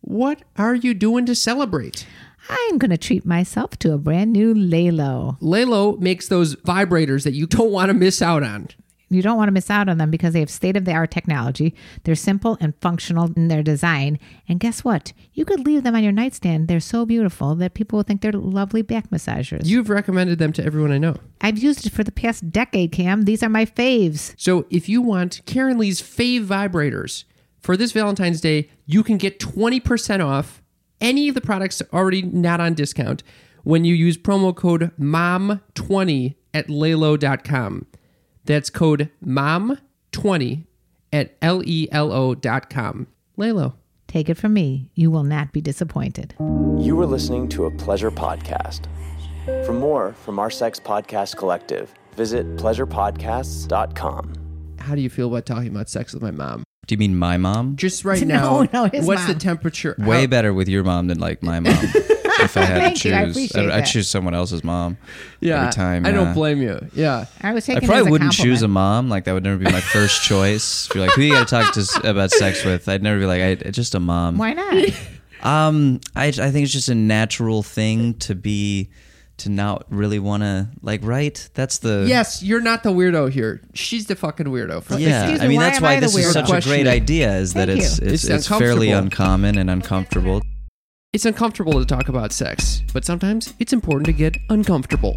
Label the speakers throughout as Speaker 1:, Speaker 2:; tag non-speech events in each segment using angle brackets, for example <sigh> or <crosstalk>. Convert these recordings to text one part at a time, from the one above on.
Speaker 1: What are you doing to celebrate?
Speaker 2: I'm going to treat myself to a brand new Lalo.
Speaker 1: Lalo makes those vibrators that you <laughs> don't want to miss out on.
Speaker 2: You don't want to miss out on them because they have state of the art technology. They're simple and functional in their design. And guess what? You could leave them on your nightstand. They're so beautiful that people will think they're lovely back massagers.
Speaker 1: You've recommended them to everyone I know.
Speaker 2: I've used it for the past decade, Cam. These are my faves.
Speaker 1: So if you want Karen Lee's fave vibrators for this Valentine's Day, you can get 20% off any of the products already not on discount when you use promo code MOM20 at Lalo.com. That's code MOM20 at L E L O.com. Lalo.
Speaker 2: Take it from me. You will not be disappointed.
Speaker 3: You are listening to a pleasure podcast. For more from our Sex Podcast Collective, visit pleasurepodcasts.com.
Speaker 1: How do you feel about talking about sex with my mom?
Speaker 4: Do you mean my mom?
Speaker 1: Just right
Speaker 2: <laughs> No,
Speaker 1: now.
Speaker 2: no, his
Speaker 1: what's the
Speaker 2: mom.
Speaker 1: temperature?
Speaker 4: Way
Speaker 1: How-
Speaker 4: better with your mom than like my mom. if I had to
Speaker 2: Oh. <laughs> Thank you, I
Speaker 4: choose,
Speaker 2: appreciate
Speaker 4: I'd, I'd
Speaker 2: that.
Speaker 4: choose someone else's mom.
Speaker 1: Yeah,
Speaker 4: every time.
Speaker 1: I
Speaker 4: uh,
Speaker 1: don't blame you. Yeah,
Speaker 2: I was
Speaker 4: I
Speaker 2: taking it as
Speaker 4: probably
Speaker 2: a
Speaker 4: wouldn't choose a
Speaker 2: compliment.
Speaker 4: mom. Like that would never be
Speaker 2: <laughs>
Speaker 4: my first choice. If you're like, who you got to talk to s- about sex with? I'd never be like, I, just a mom.
Speaker 2: Why
Speaker 4: <laughs>
Speaker 2: not?
Speaker 4: Um, I I think it's just a natural thing to be to not really want to like. Right? That's the
Speaker 1: yes, you're not the weirdo here. She's the fucking weirdo. For
Speaker 4: Yeah,
Speaker 2: Excuse
Speaker 4: I
Speaker 2: me,
Speaker 4: mean
Speaker 2: why
Speaker 4: that's
Speaker 2: am
Speaker 4: why
Speaker 2: I the
Speaker 4: this is
Speaker 2: weirdo?
Speaker 4: such a great
Speaker 1: Question.
Speaker 4: idea. Is that
Speaker 2: Thank
Speaker 4: it's
Speaker 2: you.
Speaker 4: it's,
Speaker 1: It's
Speaker 4: it's fairly
Speaker 1: uncomfortable.
Speaker 4: uncommon and uncomfortable.
Speaker 1: It's uncomfortable to talk about sex, but sometimes it's important to get uncomfortable.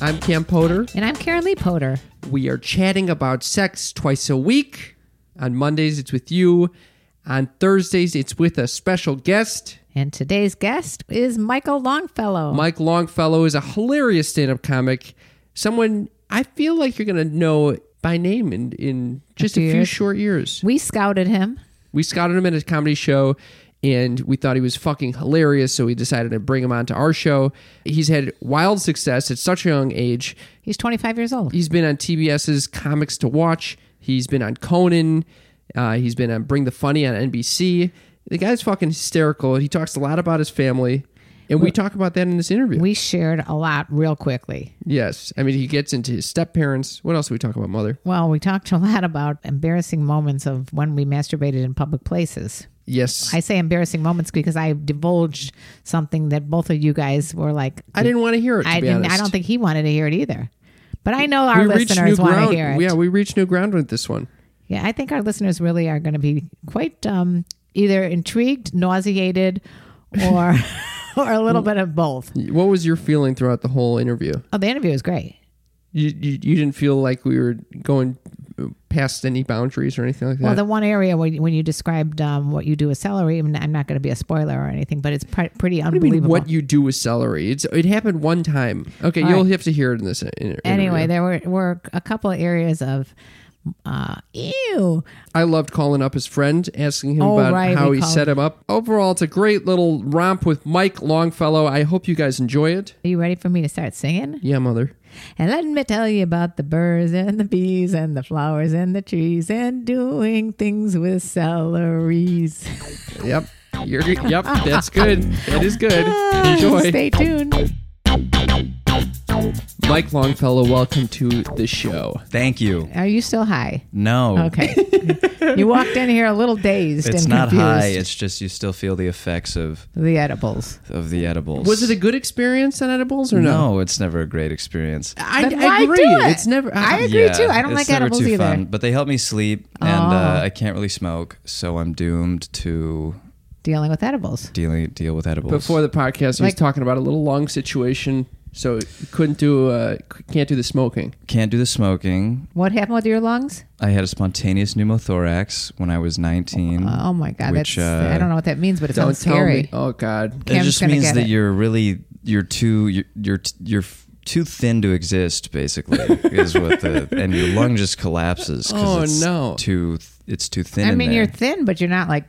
Speaker 1: I'm Cam Potter.
Speaker 2: And I'm Karen Lee Potter.
Speaker 1: We are chatting about sex twice a week. On Mondays, it's with you. On Thursdays, it's with a special guest.
Speaker 2: And today's guest is Michael Longfellow.
Speaker 1: Mike Longfellow is a hilarious stand up comic. Someone I feel like you're going to know by name in, in just a few
Speaker 2: Dude.
Speaker 1: short years.
Speaker 2: we scouted him.
Speaker 1: We scouted him at a comedy show and we thought he was fucking hilarious, so we decided to bring him onto our show. He's had wild success at such a young age.
Speaker 2: He's 25 years old.
Speaker 1: He's been on TBS's Comics to Watch, he's been on Conan, uh, he's been on Bring the Funny on NBC. The guy's fucking hysterical. He talks a lot about his family, and we talk about that in this interview.
Speaker 2: We shared a lot real quickly.
Speaker 1: yes. I mean, he gets into his step parents. What else do we talk about, mother?
Speaker 2: Well, we talked a lot about embarrassing moments of when we masturbated in public places.
Speaker 1: Yes.
Speaker 2: I
Speaker 1: I,
Speaker 2: say embarrassing moments because I divulged something that both of you guys were like,
Speaker 1: didn't want to hear it, to
Speaker 2: I
Speaker 1: be
Speaker 2: didn't.
Speaker 1: honest.
Speaker 2: I don't think he wanted to hear it either. But I know our listeners want
Speaker 1: ground.
Speaker 2: to hear it.
Speaker 1: Yeah, we reached new ground with this one.
Speaker 2: Yeah, I think our listeners really are going to be quite um, either intrigued, nauseated, or <laughs> or a
Speaker 1: Mm.
Speaker 2: little bit of both.
Speaker 1: What was your feeling throughout the whole interview?
Speaker 2: Oh, the interview was great.
Speaker 1: You you, you didn't feel like we were going uh, past any boundaries or anything like that.
Speaker 2: Well, the one area where, when you described um, what you do with celery, I'm I'm not going to be a spoiler or anything, but it's pr- pretty
Speaker 1: what do you mean?
Speaker 2: unbelievable.
Speaker 1: What you do with celery? It's it happened one time. Okay, you'll have to hear it in this. uh, In, interview.
Speaker 2: anyway, there were, were a couple of areas of uh, ew.
Speaker 1: I loved calling up his friend, asking him
Speaker 2: Oh,
Speaker 1: about
Speaker 2: right,
Speaker 1: how
Speaker 2: we
Speaker 1: he
Speaker 2: called
Speaker 1: set him up. Overall, it's a great little romp with Mike Longfellow. I hope you guys enjoy it.
Speaker 2: Are you ready for me to start singing?
Speaker 1: Yeah, mother.
Speaker 2: And let me tell you about the birds and the bees and the flowers and the trees and doing things with celeries. <laughs>
Speaker 1: Yep. You're, yep, that's good. That is <laughs> good. Enjoy.
Speaker 2: Stay tuned.
Speaker 1: Mike Longfellow, welcome to the show.
Speaker 4: Thank you.
Speaker 2: Are you still high?
Speaker 4: No.
Speaker 1: <laughs>
Speaker 2: Okay. you walked in here a little dazed
Speaker 4: It's
Speaker 2: and
Speaker 4: not
Speaker 2: confused.
Speaker 4: high. It's just you still feel the effects of
Speaker 2: the edibles.
Speaker 4: of the edibles.
Speaker 1: Was it a good experience on edibles or no?
Speaker 4: no? It's never a great experience.
Speaker 1: I,
Speaker 2: Then why
Speaker 1: agree.
Speaker 2: do it?
Speaker 1: It's never.
Speaker 2: I agree too. I don't
Speaker 4: it's
Speaker 2: like
Speaker 4: never
Speaker 2: edibles
Speaker 4: too
Speaker 2: either. Ah.
Speaker 4: Fun, but they help me sleep, and uh, I can't really smoke, so I'm doomed to
Speaker 2: dealing with edibles.
Speaker 4: dealing deal with edibles
Speaker 1: Before the podcast, he was
Speaker 2: Like-
Speaker 1: talking about a little lung situation, so he couldn't do uh, c- can't do the smoking.
Speaker 4: Can't do the smoking.
Speaker 2: What happened with your lungs?
Speaker 4: I had a spontaneous pneumothorax when I was 19.
Speaker 2: Oh my god,
Speaker 4: Which,
Speaker 2: that's
Speaker 4: uh,
Speaker 2: I don't know what that means, but it
Speaker 1: Don't
Speaker 2: sounds
Speaker 1: tell
Speaker 2: scary.
Speaker 1: me. Oh God.
Speaker 4: it
Speaker 2: Kim's
Speaker 4: just
Speaker 2: gonna
Speaker 4: means
Speaker 2: get
Speaker 4: that
Speaker 2: it.
Speaker 4: you're really you're too you're you're, t- you're f- too thin to exist basically is
Speaker 2: <laughs>
Speaker 4: what the and your lung just collapses 'cause
Speaker 1: Oh,
Speaker 4: it's
Speaker 1: no.
Speaker 4: too th- it's too thin
Speaker 2: I
Speaker 4: in
Speaker 2: mean,
Speaker 4: there.
Speaker 2: you're thin, but you're not like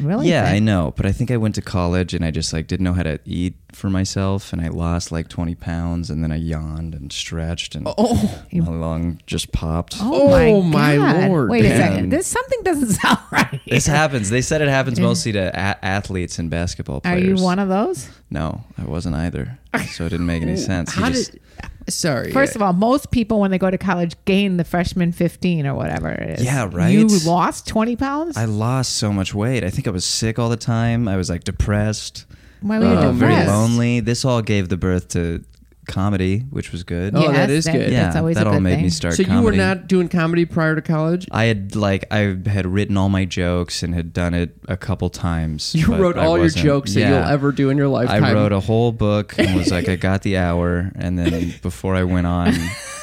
Speaker 2: really.
Speaker 4: yeah,
Speaker 2: thin.
Speaker 4: I know, but I think I went to college and I just like didn't know how to eat for myself, and I lost like twenty pounds, and then I yawned and stretched, and my lung just popped.
Speaker 2: Oh,
Speaker 1: Oh my
Speaker 2: my, God.
Speaker 1: Lord.
Speaker 2: Wait a
Speaker 4: Yeah.
Speaker 2: second. This something doesn't <laughs> sound right.
Speaker 4: This happens. They said
Speaker 2: <laughs>
Speaker 4: it happens mostly to a- athletes and basketball
Speaker 2: Are
Speaker 4: players.
Speaker 2: you one of those?
Speaker 4: No, I wasn't either. So it didn't
Speaker 2: <laughs>
Speaker 4: make any sense. He
Speaker 1: How
Speaker 4: just-
Speaker 1: did? Sorry.
Speaker 2: First of all, most people when they go to college gain the freshman 15 or whatever it is.
Speaker 4: Yeah, right?
Speaker 2: You lost 20 pounds?
Speaker 4: I lost so much weight. I think I was sick all the time. I was like depressed,
Speaker 2: Why were you
Speaker 4: uh, very
Speaker 2: depressed?
Speaker 4: lonely. This all gave the birth to comedy, which was good.
Speaker 1: Oh, that is good.
Speaker 4: yeah,
Speaker 2: That's always
Speaker 4: that
Speaker 2: a
Speaker 4: all
Speaker 2: good
Speaker 4: made
Speaker 2: thing.
Speaker 4: me start.
Speaker 1: so you were
Speaker 4: comedy.
Speaker 1: not doing comedy prior to college.
Speaker 4: I had like I had written all my jokes and had done it a couple times.
Speaker 1: You
Speaker 4: but
Speaker 1: wrote
Speaker 4: I
Speaker 1: all your
Speaker 4: wasn't-
Speaker 1: jokes that
Speaker 4: Yeah.
Speaker 1: you'll ever do in your lifetime.
Speaker 4: I wrote a whole book and was like, I got the hour. And then before I went on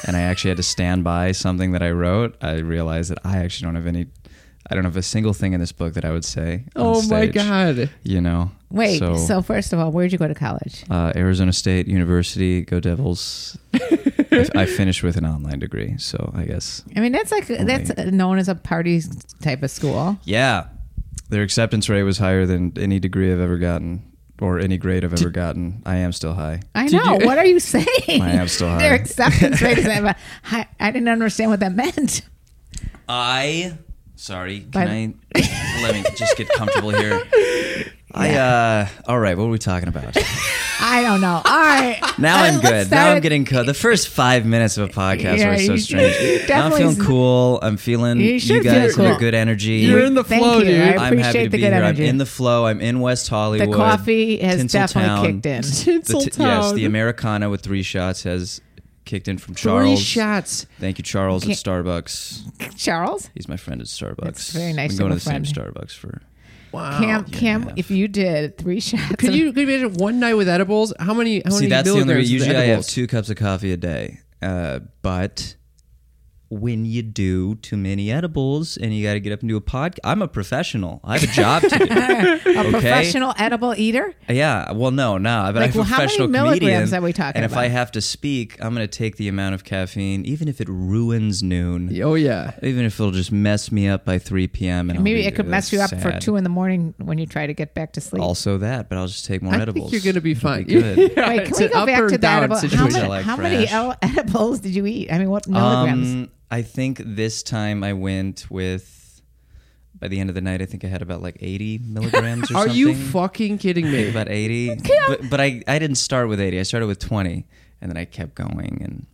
Speaker 4: and I actually had to stand by something that I wrote, I realized that I actually don't have any, I don't have a single thing in this book that I would say. on
Speaker 1: Oh my
Speaker 4: stage,
Speaker 1: God.
Speaker 4: You know?
Speaker 2: Wait, so, first of all, where'd you go to college?
Speaker 4: uh, Arizona State University, go Devils. I, I finished with an online degree. So I guess,
Speaker 2: I mean, that's like that's known as a party type of school.
Speaker 4: yeah, their acceptance rate was higher than any degree I've ever gotten. Or any grade I've ever gotten, I am still high.
Speaker 2: I know. what are you saying?
Speaker 4: My abs
Speaker 2: <laughs>
Speaker 4: still high.
Speaker 2: Their acceptance rate is I, <laughs> I didn't understand what that meant.
Speaker 4: I sorry, can
Speaker 2: But-
Speaker 4: I let me just get
Speaker 2: <laughs>
Speaker 4: comfortable here. I uh all right, what were we talking about?
Speaker 2: I don't know. All right.
Speaker 4: <laughs> Now
Speaker 2: <laughs> Uh,
Speaker 4: I'm
Speaker 2: let's
Speaker 4: good.
Speaker 2: start
Speaker 4: Now I'm
Speaker 2: with-
Speaker 4: getting cut. The first five minutes of a podcast
Speaker 2: Yeah,
Speaker 4: are so
Speaker 2: you- <laughs> you
Speaker 4: strange. Now I'm
Speaker 2: definitely
Speaker 4: feeling
Speaker 2: s-
Speaker 4: cool. I'm feeling
Speaker 2: You
Speaker 4: you,
Speaker 2: should
Speaker 4: guys
Speaker 2: feel
Speaker 4: are
Speaker 2: cool.
Speaker 4: good energy.
Speaker 1: You're in the
Speaker 2: Thank
Speaker 1: flow,
Speaker 2: you.
Speaker 1: dude.
Speaker 2: I
Speaker 4: I'm happy
Speaker 2: appreciate
Speaker 4: to
Speaker 2: the
Speaker 4: be
Speaker 2: good
Speaker 4: here.
Speaker 2: energy.
Speaker 4: I'm in the flow. I'm in West Hollywood.
Speaker 2: coffee has definitely kicked in.
Speaker 4: The t- yes,
Speaker 1: Tinseltown.
Speaker 4: the Americana with three shots has kicked in from Charles.
Speaker 1: three shots.
Speaker 4: Thank you, Charles at
Speaker 2: Okay.
Speaker 4: Starbucks.
Speaker 2: Charles,
Speaker 4: He's my friend at Starbucks.
Speaker 2: That's very nice
Speaker 4: We
Speaker 2: of
Speaker 4: go to
Speaker 2: a
Speaker 4: the same
Speaker 2: friend.
Speaker 4: Starbucks for. Oh,
Speaker 1: Wow.
Speaker 2: Cam, Cam, if you did three shots,
Speaker 1: Could
Speaker 2: of-
Speaker 1: you, could you imagine one night with edibles? How many? How
Speaker 4: See,
Speaker 1: many
Speaker 4: that's the only.
Speaker 1: milligrams is
Speaker 4: Usually, I have
Speaker 1: edibles?
Speaker 4: two cups of coffee a day, uh, but when you do too many edibles and you got to get up and do a pod, I'm a professional. I have a job to
Speaker 2: <laughs>
Speaker 4: do.
Speaker 2: a professional edible eater?
Speaker 4: Yeah. Well, no, no. But
Speaker 2: Like,
Speaker 4: I'm a
Speaker 2: well, how many
Speaker 4: professional
Speaker 2: milligrams
Speaker 4: comedian.
Speaker 2: are we talking
Speaker 4: and if
Speaker 2: about?
Speaker 4: I have to speak, I'm going to take the amount of caffeine, even if it ruins noon.
Speaker 1: Oh yeah.
Speaker 4: Even if it'll just mess me up by 3 p.m. And I'll
Speaker 2: Maybe
Speaker 4: be-
Speaker 2: it could mess
Speaker 4: that's
Speaker 2: you up for
Speaker 4: sad.
Speaker 2: two in the morning when you try to get back to sleep.
Speaker 4: Also that, but I'll just take more
Speaker 1: I
Speaker 4: edibles.
Speaker 1: think you're gonna be
Speaker 4: It'll
Speaker 1: fine.
Speaker 2: <laughs>
Speaker 4: good.
Speaker 1: <laughs> Yeah,
Speaker 2: Wait, can
Speaker 1: it's
Speaker 2: we
Speaker 1: an
Speaker 2: go
Speaker 1: up
Speaker 2: back
Speaker 1: or
Speaker 2: to that?
Speaker 1: down
Speaker 2: About how
Speaker 1: situation.
Speaker 2: many,
Speaker 4: like
Speaker 2: how many
Speaker 4: fresh.
Speaker 2: el- <laughs> edibles did you eat? I mean, what milligrams?
Speaker 4: Um, I think this time I went with. By the end of the night, I think I had about like
Speaker 2: <laughs>
Speaker 4: 80 milligrams or
Speaker 1: Are
Speaker 4: something.
Speaker 1: you fucking kidding me?
Speaker 4: about 80? But, but I, I didn't start with 80. I started with 20, and then I kept going. And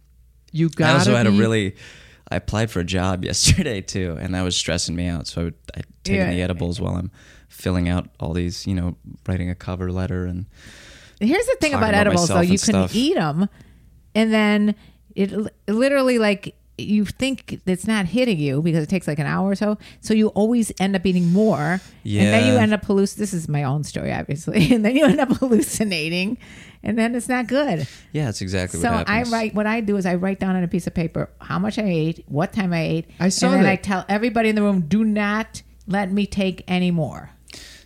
Speaker 1: You got.
Speaker 4: I also had a really. I applied for a job <laughs> yesterday too, and that was stressing me out. So I would, I'd taken
Speaker 2: Yeah.
Speaker 4: the edibles while I'm filling out all these, you know, writing a cover letter and
Speaker 2: Here's the thing
Speaker 4: talking
Speaker 2: about,
Speaker 4: about
Speaker 2: edibles,
Speaker 4: myself
Speaker 2: though. You
Speaker 4: and
Speaker 2: can
Speaker 4: stuff.
Speaker 2: eat them, and then it l- literally like you think it's not hitting you because it takes like an hour or so. So you always end up eating more, and then you
Speaker 4: Yeah.
Speaker 2: end up halluc. This is my own story, obviously, <laughs> and then you end up hallucinating, and then it's not good.
Speaker 4: yeah, that's exactly
Speaker 2: so
Speaker 4: what happens.
Speaker 2: I write. What I do is I write down on a piece of paper how much I ate, what time I ate,
Speaker 1: I saw
Speaker 2: and then
Speaker 1: that.
Speaker 2: I tell everybody in the room, do not let me take any more.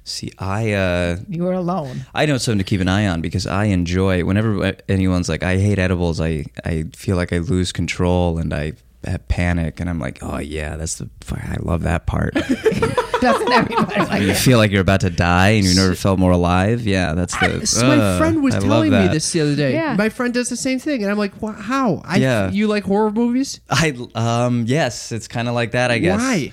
Speaker 4: See, I uh,
Speaker 2: You are alone. <laughs>
Speaker 4: I know it's something to keep an eye on because I enjoy whenever anyone's like, I hate edibles. I, I feel like I lose control and I have panic and I'm like, oh yeah, that's the, I love
Speaker 1: <laughs>
Speaker 4: that part.
Speaker 2: Doesn't everybody like
Speaker 4: you
Speaker 2: that?
Speaker 4: feel like you're about to die and you never felt more alive. Yeah, that's the,
Speaker 1: So my
Speaker 4: Ugh,
Speaker 1: friend was
Speaker 4: uh, I love
Speaker 1: telling me
Speaker 4: that.
Speaker 1: this the other day.
Speaker 2: Yeah.
Speaker 1: My friend does the same thing, and I'm like, "Wha- "How? I,
Speaker 4: Yeah.
Speaker 1: You like horror movies?
Speaker 4: I, um, yes, it's kind of like that, I guess.
Speaker 1: Why?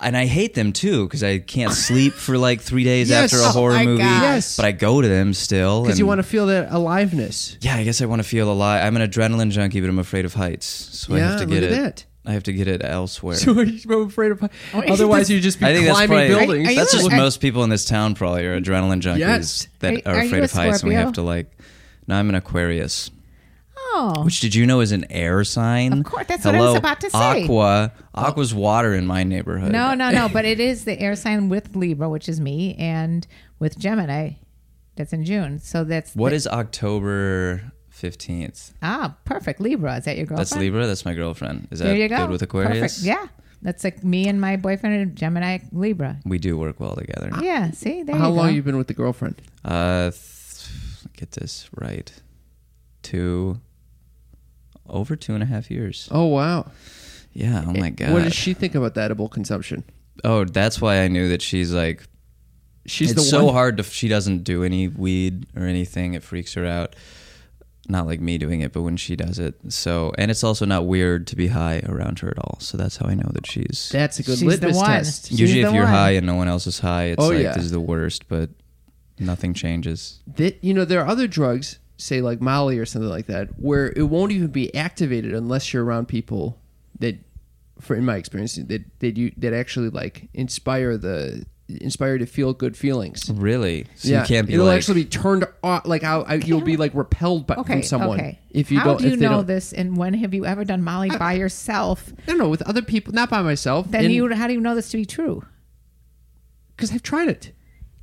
Speaker 4: And I hate them too because I can't sleep for like three days
Speaker 1: Yes.
Speaker 4: after a
Speaker 1: Oh
Speaker 4: horror
Speaker 2: my
Speaker 4: movie.
Speaker 2: God.
Speaker 1: Yes.
Speaker 4: But I go to them still.
Speaker 1: Because you
Speaker 4: and-
Speaker 1: want to feel that aliveness." <laughs>
Speaker 4: Yeah, I guess I want to feel alive. I'm an adrenaline junkie, but I'm afraid of heights, so I
Speaker 1: Yeah,
Speaker 4: have to
Speaker 1: look
Speaker 4: get
Speaker 1: at
Speaker 4: it.
Speaker 1: that.
Speaker 4: I have to get it elsewhere.
Speaker 1: So <laughs> are you so afraid of?
Speaker 2: Oh,
Speaker 1: Otherwise, you just be
Speaker 4: I think that's
Speaker 1: climbing
Speaker 4: probably
Speaker 1: buildings.
Speaker 2: Are- are
Speaker 4: that's
Speaker 2: you
Speaker 4: just
Speaker 2: a-
Speaker 4: most people in this town probably are adrenaline junkies
Speaker 1: Yes.
Speaker 4: that
Speaker 2: Are-
Speaker 4: are,
Speaker 2: are you
Speaker 4: afraid
Speaker 2: a
Speaker 4: of heights, and we have to
Speaker 2: Scorpio?
Speaker 4: like. Now I'm an Aquarius,
Speaker 2: Oh.
Speaker 4: which did you know is an air sign?
Speaker 2: Of course, that's what I was about to say.
Speaker 4: Aqua, aqua's water in my neighborhood.
Speaker 2: No, no, no. But it is the air sign with Libra, which is me, and with Gemini. That's in June. So that's
Speaker 4: What is October 15th?
Speaker 2: ah perfect Libra. Is that your girlfriend?
Speaker 4: That's Libra. That's my girlfriend. Is
Speaker 2: There
Speaker 4: that
Speaker 2: you go.
Speaker 4: good with Aquarius?
Speaker 2: Perfect. Yeah, that's like me and my boyfriend are Gemini Libra.
Speaker 4: We do work well together.
Speaker 2: Yeah. See, there
Speaker 1: How
Speaker 2: you go.
Speaker 1: long you been with the girlfriend?
Speaker 4: Uh, th- get this right. Two, over two and a half years.
Speaker 1: Oh wow!
Speaker 4: Yeah. Oh my god.
Speaker 1: What does she think about the edible consumption?
Speaker 4: oh, that's why I knew that she's like.
Speaker 1: She's
Speaker 4: it's
Speaker 1: the
Speaker 4: so
Speaker 1: one.
Speaker 4: hard to. She doesn't do any weed or anything. It freaks her out. Not like me doing it, but when she does it, so and it's also not weird to be high around her at all. So that's how I know that she's.
Speaker 1: That's a good
Speaker 2: She's the
Speaker 1: litmus
Speaker 2: one.
Speaker 1: test.
Speaker 2: she's
Speaker 4: usually, if
Speaker 2: the
Speaker 4: you're
Speaker 2: one.
Speaker 4: high and no one else is high, it's
Speaker 1: Oh,
Speaker 4: like
Speaker 1: yeah.
Speaker 4: this is the worst. But nothing changes.
Speaker 1: that you know there are other drugs say like molly or something like that where it won't even be activated unless you're around people that for in my experience that that you that actually like inspire the inspire to feel good feelings
Speaker 4: Really? Mm-hmm. So you can't be
Speaker 1: it'll
Speaker 4: like.
Speaker 1: actually be turned off like how I, you'll be like repelled by
Speaker 2: Okay.
Speaker 1: from someone
Speaker 2: okay.
Speaker 1: if you
Speaker 2: How
Speaker 1: don't
Speaker 2: do you
Speaker 1: if they
Speaker 2: know
Speaker 1: don't
Speaker 2: this? And when have you ever done Molly by yourself?
Speaker 1: i don't know with other people not by myself
Speaker 2: Then you. How do you know this to be true?
Speaker 1: because i've tried it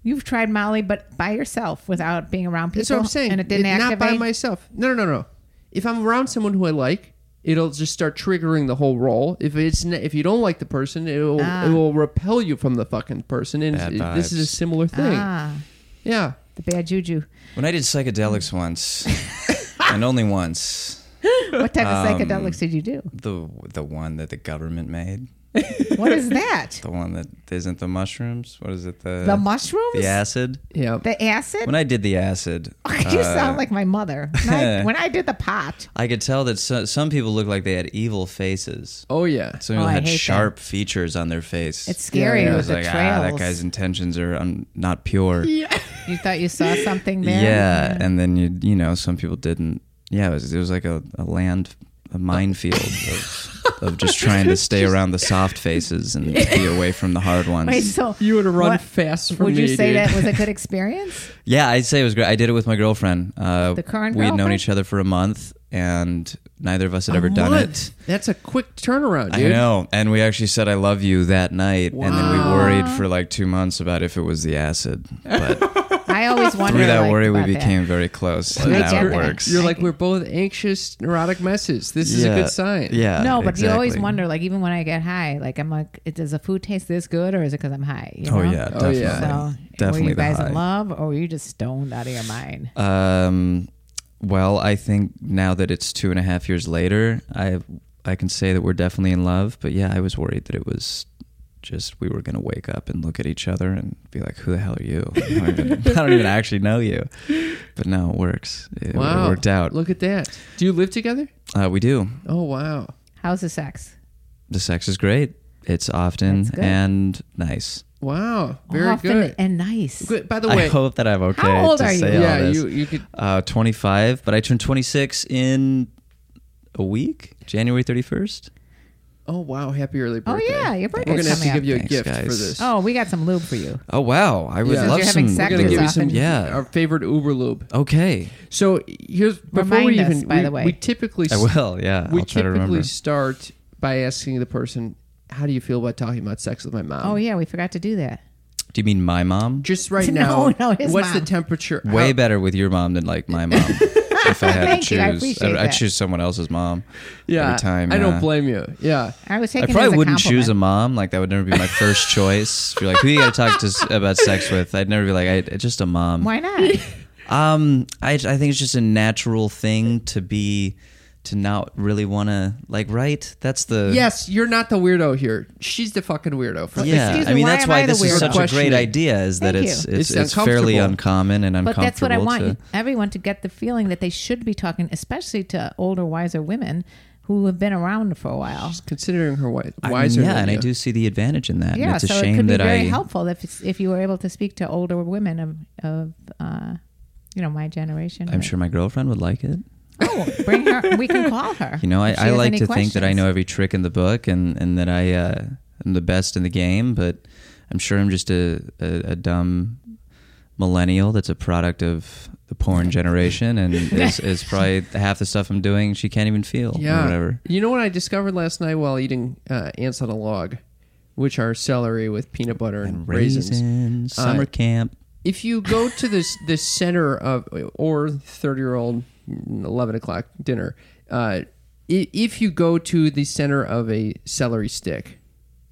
Speaker 2: You've tried Molly, but by yourself without being around people.
Speaker 1: That's what I'm saying.
Speaker 2: And it didn't
Speaker 1: not
Speaker 2: activate.
Speaker 1: by myself. No, no, no, no. If I'm around someone who I like, it'll just start triggering the whole role. If it's n- if you don't like the person, it will
Speaker 2: Ah.
Speaker 1: it will repel you from the fucking person. And
Speaker 4: Bad
Speaker 1: it- this is a
Speaker 4: vibes.
Speaker 1: similar thing.
Speaker 2: ah,
Speaker 1: Yeah.
Speaker 2: the bad juju.
Speaker 4: When I did
Speaker 2: <laughs>
Speaker 4: psychedelics once, and only once,
Speaker 2: What type
Speaker 1: Um,
Speaker 2: of psychedelics did you do?
Speaker 4: the the one that the government made,
Speaker 2: What is that?
Speaker 4: the one that isn't the mushrooms. What is it? The
Speaker 1: <laughs>
Speaker 2: the mushrooms?
Speaker 4: the acid.
Speaker 1: Yeah.
Speaker 2: The acid?
Speaker 4: When I did the acid,
Speaker 2: <laughs> you
Speaker 1: uh,
Speaker 2: sound like my mother.
Speaker 1: <laughs>
Speaker 2: When I, when I did the pot,
Speaker 4: I could tell that so, some people looked like they had evil faces.
Speaker 1: oh yeah.
Speaker 4: Some people
Speaker 2: I
Speaker 4: had
Speaker 2: hate that.
Speaker 4: sharp features on their face.
Speaker 2: it's scary
Speaker 4: I
Speaker 2: with
Speaker 4: was
Speaker 2: the
Speaker 4: like, ah,
Speaker 2: trails.
Speaker 4: that guy's intentions are un- not
Speaker 2: <laughs>
Speaker 4: pure. Yeah.
Speaker 2: You thought you saw something there?
Speaker 4: and then you you know some people didn't. Yeah, it was, it was like a, a land, a minefield of, of just trying
Speaker 2: <laughs>
Speaker 4: to stay around the soft faces and be away from the hard
Speaker 2: <laughs>
Speaker 4: ones.
Speaker 2: Wait, so
Speaker 1: You would run
Speaker 2: what-
Speaker 1: fast from
Speaker 2: Would
Speaker 1: me.
Speaker 2: you say
Speaker 1: dude.
Speaker 2: that was a good experience?
Speaker 4: Yeah, I'd say it was great. I did it with my girlfriend. Uh,
Speaker 2: The current
Speaker 4: we had known
Speaker 2: girlfriend?
Speaker 4: each other for a month, and neither of us had ever
Speaker 1: A
Speaker 4: done
Speaker 1: month.
Speaker 4: it.
Speaker 1: That's a quick turnaround, dude.
Speaker 4: I know, and we actually said "I love you" that night, and then we worried for like two months about if it was the acid.
Speaker 2: <laughs>
Speaker 4: But
Speaker 1: <laughs>
Speaker 2: I always wonder.
Speaker 4: through that
Speaker 2: like,
Speaker 4: worry, we
Speaker 2: about that.
Speaker 4: became very close.
Speaker 2: I
Speaker 4: and now
Speaker 2: get
Speaker 4: it
Speaker 2: that.
Speaker 4: works.
Speaker 1: You're like we're both anxious, neurotic messes. This is a
Speaker 4: Yeah,
Speaker 1: good sign.
Speaker 4: Yeah.
Speaker 2: No, but you always
Speaker 4: Uh, exactly.
Speaker 2: wonder, like, even when I get high, like, I'm like, it- does the food taste this good or is it because I'm high? you
Speaker 4: Oh
Speaker 2: know?
Speaker 4: yeah,
Speaker 1: Oh,
Speaker 4: definitely.
Speaker 1: yeah.
Speaker 2: So,
Speaker 4: definitely
Speaker 2: were you
Speaker 4: the
Speaker 2: guys
Speaker 4: high.
Speaker 2: in love or were you just stoned out of your mind?
Speaker 4: Um, well, I think now that it's two and a half years later, I I can say that we're definitely in love. But yeah, I was worried that it was just we were gonna wake up and look at each other and be like, "Who the hell are you? <laughs> I don't even, I don't even actually know you." But no, it works. It,
Speaker 1: Wow.
Speaker 4: it worked out.
Speaker 1: Look at that. Do you live together?
Speaker 4: Uh, we do.
Speaker 1: Oh wow.
Speaker 2: How's the sex?
Speaker 4: The sex is great. It's often
Speaker 2: That's good.
Speaker 4: and nice.
Speaker 1: Wow. Very
Speaker 2: Often
Speaker 1: good.
Speaker 2: and nice.
Speaker 1: good. By the
Speaker 4: I
Speaker 1: way,
Speaker 4: hope that I'm okay
Speaker 2: How old
Speaker 4: to
Speaker 2: are you?
Speaker 4: say all
Speaker 1: yeah,
Speaker 4: this.
Speaker 1: you you could
Speaker 4: uh, 25, but I turned 26 in a week, January 31st.
Speaker 1: Oh wow! Happy early
Speaker 2: Oh,
Speaker 1: birthday!
Speaker 2: yeah, your birthday's
Speaker 1: We're gonna have to give
Speaker 2: coming up.
Speaker 1: you a
Speaker 4: Thanks,
Speaker 1: gift
Speaker 4: guys.
Speaker 1: for this.
Speaker 2: Oh, we got some lube for you.
Speaker 4: Oh wow! I would
Speaker 1: Yeah.
Speaker 4: love
Speaker 2: You're
Speaker 4: some.
Speaker 2: having sex
Speaker 1: we're gonna
Speaker 2: Exactly.
Speaker 1: give you some
Speaker 2: Often-
Speaker 4: Yeah.
Speaker 1: our favorite Uber lube.
Speaker 4: okay,
Speaker 1: So here's before
Speaker 2: Remind
Speaker 1: we
Speaker 2: us,
Speaker 1: even
Speaker 2: by
Speaker 1: we,
Speaker 2: the way.
Speaker 1: we typically
Speaker 4: I will. Yeah,
Speaker 1: we
Speaker 4: I'll try to
Speaker 1: typically
Speaker 4: remember.
Speaker 1: start by asking the person how do you feel about talking about sex with my mom.
Speaker 2: Oh, yeah, we forgot to do that.
Speaker 4: Do you mean my mom?
Speaker 1: Just right
Speaker 2: <laughs> No,
Speaker 1: now,
Speaker 2: no, his
Speaker 1: what's the
Speaker 2: mom.
Speaker 1: temperature?
Speaker 4: Way
Speaker 1: How-
Speaker 4: better with your mom than like
Speaker 2: <laughs>
Speaker 4: my mom. if I had to
Speaker 2: Thank
Speaker 4: choose,
Speaker 2: you, I appreciate
Speaker 4: I'd
Speaker 2: that.
Speaker 4: choose someone else's mom.
Speaker 1: Yeah,
Speaker 4: every time.
Speaker 1: I don't
Speaker 4: yeah.
Speaker 1: blame you. Yeah,
Speaker 2: I was
Speaker 4: I
Speaker 2: taking. it as
Speaker 4: probably
Speaker 2: a
Speaker 4: wouldn't choose a
Speaker 2: compliment.
Speaker 4: mom. Like that would never be
Speaker 2: <laughs>
Speaker 4: my first choice. If you're like, who you got to talk to s- about sex with? I'd never be like, I, just a mom.
Speaker 2: Why
Speaker 4: <laughs>
Speaker 2: not?
Speaker 4: Um, I I think it's just a natural thing to be to not really want to like right. That's the
Speaker 1: yes, you're not the weirdo here. She's the fucking weirdo. For
Speaker 2: Oh,
Speaker 4: Yeah,
Speaker 2: Excuse
Speaker 4: I
Speaker 2: me,
Speaker 4: mean
Speaker 2: why
Speaker 4: that's
Speaker 2: am
Speaker 4: why
Speaker 2: I the
Speaker 4: this is
Speaker 1: weirdo?
Speaker 4: such a great
Speaker 1: Questioning.
Speaker 4: idea is that
Speaker 2: Thank
Speaker 4: it's
Speaker 2: you.
Speaker 4: it's,
Speaker 1: It's
Speaker 4: it's fairly
Speaker 1: uncomfortable.
Speaker 4: uncommon and
Speaker 2: But
Speaker 4: uncomfortable.
Speaker 2: that's what I want
Speaker 4: to-
Speaker 2: everyone to get the feeling that they should be talking, especially to older, wiser women who have been around for a while.
Speaker 1: Considering her wi-
Speaker 4: I mean,
Speaker 1: wiser.
Speaker 4: yeah,
Speaker 1: than
Speaker 4: and I
Speaker 1: you.
Speaker 4: do see the advantage in that.
Speaker 2: Yeah,
Speaker 4: and it's a
Speaker 2: so
Speaker 4: shame
Speaker 2: it could be
Speaker 4: that
Speaker 2: very
Speaker 4: I
Speaker 2: helpful if it's, if you were able to speak to older women of, of uh, you know, my generation.
Speaker 4: I'm sure my girlfriend would like it.
Speaker 2: Oh, bring her.
Speaker 1: <laughs>
Speaker 2: We can call her.
Speaker 4: You know, I,
Speaker 2: if she
Speaker 4: I
Speaker 2: has
Speaker 4: like
Speaker 2: any
Speaker 4: to think that I
Speaker 2: questions.
Speaker 4: know every trick in the book and and that I uh, am the best in the game, but I'm sure I'm just a, a, a dumb millennial that's a product of the
Speaker 2: <laughs>
Speaker 4: porn generation and is, is probably half the stuff I'm doing she can't even feel or
Speaker 1: Yeah.
Speaker 4: whatever.
Speaker 1: You know what I discovered last night while eating uh, ants on a log, which are celery with peanut butter and, raisins.
Speaker 4: Raisins, summer camp.
Speaker 1: if you go to
Speaker 4: <laughs>
Speaker 1: this the center of or 30 year old 11 o'clock dinner uh, i- if you go to the center of a celery stick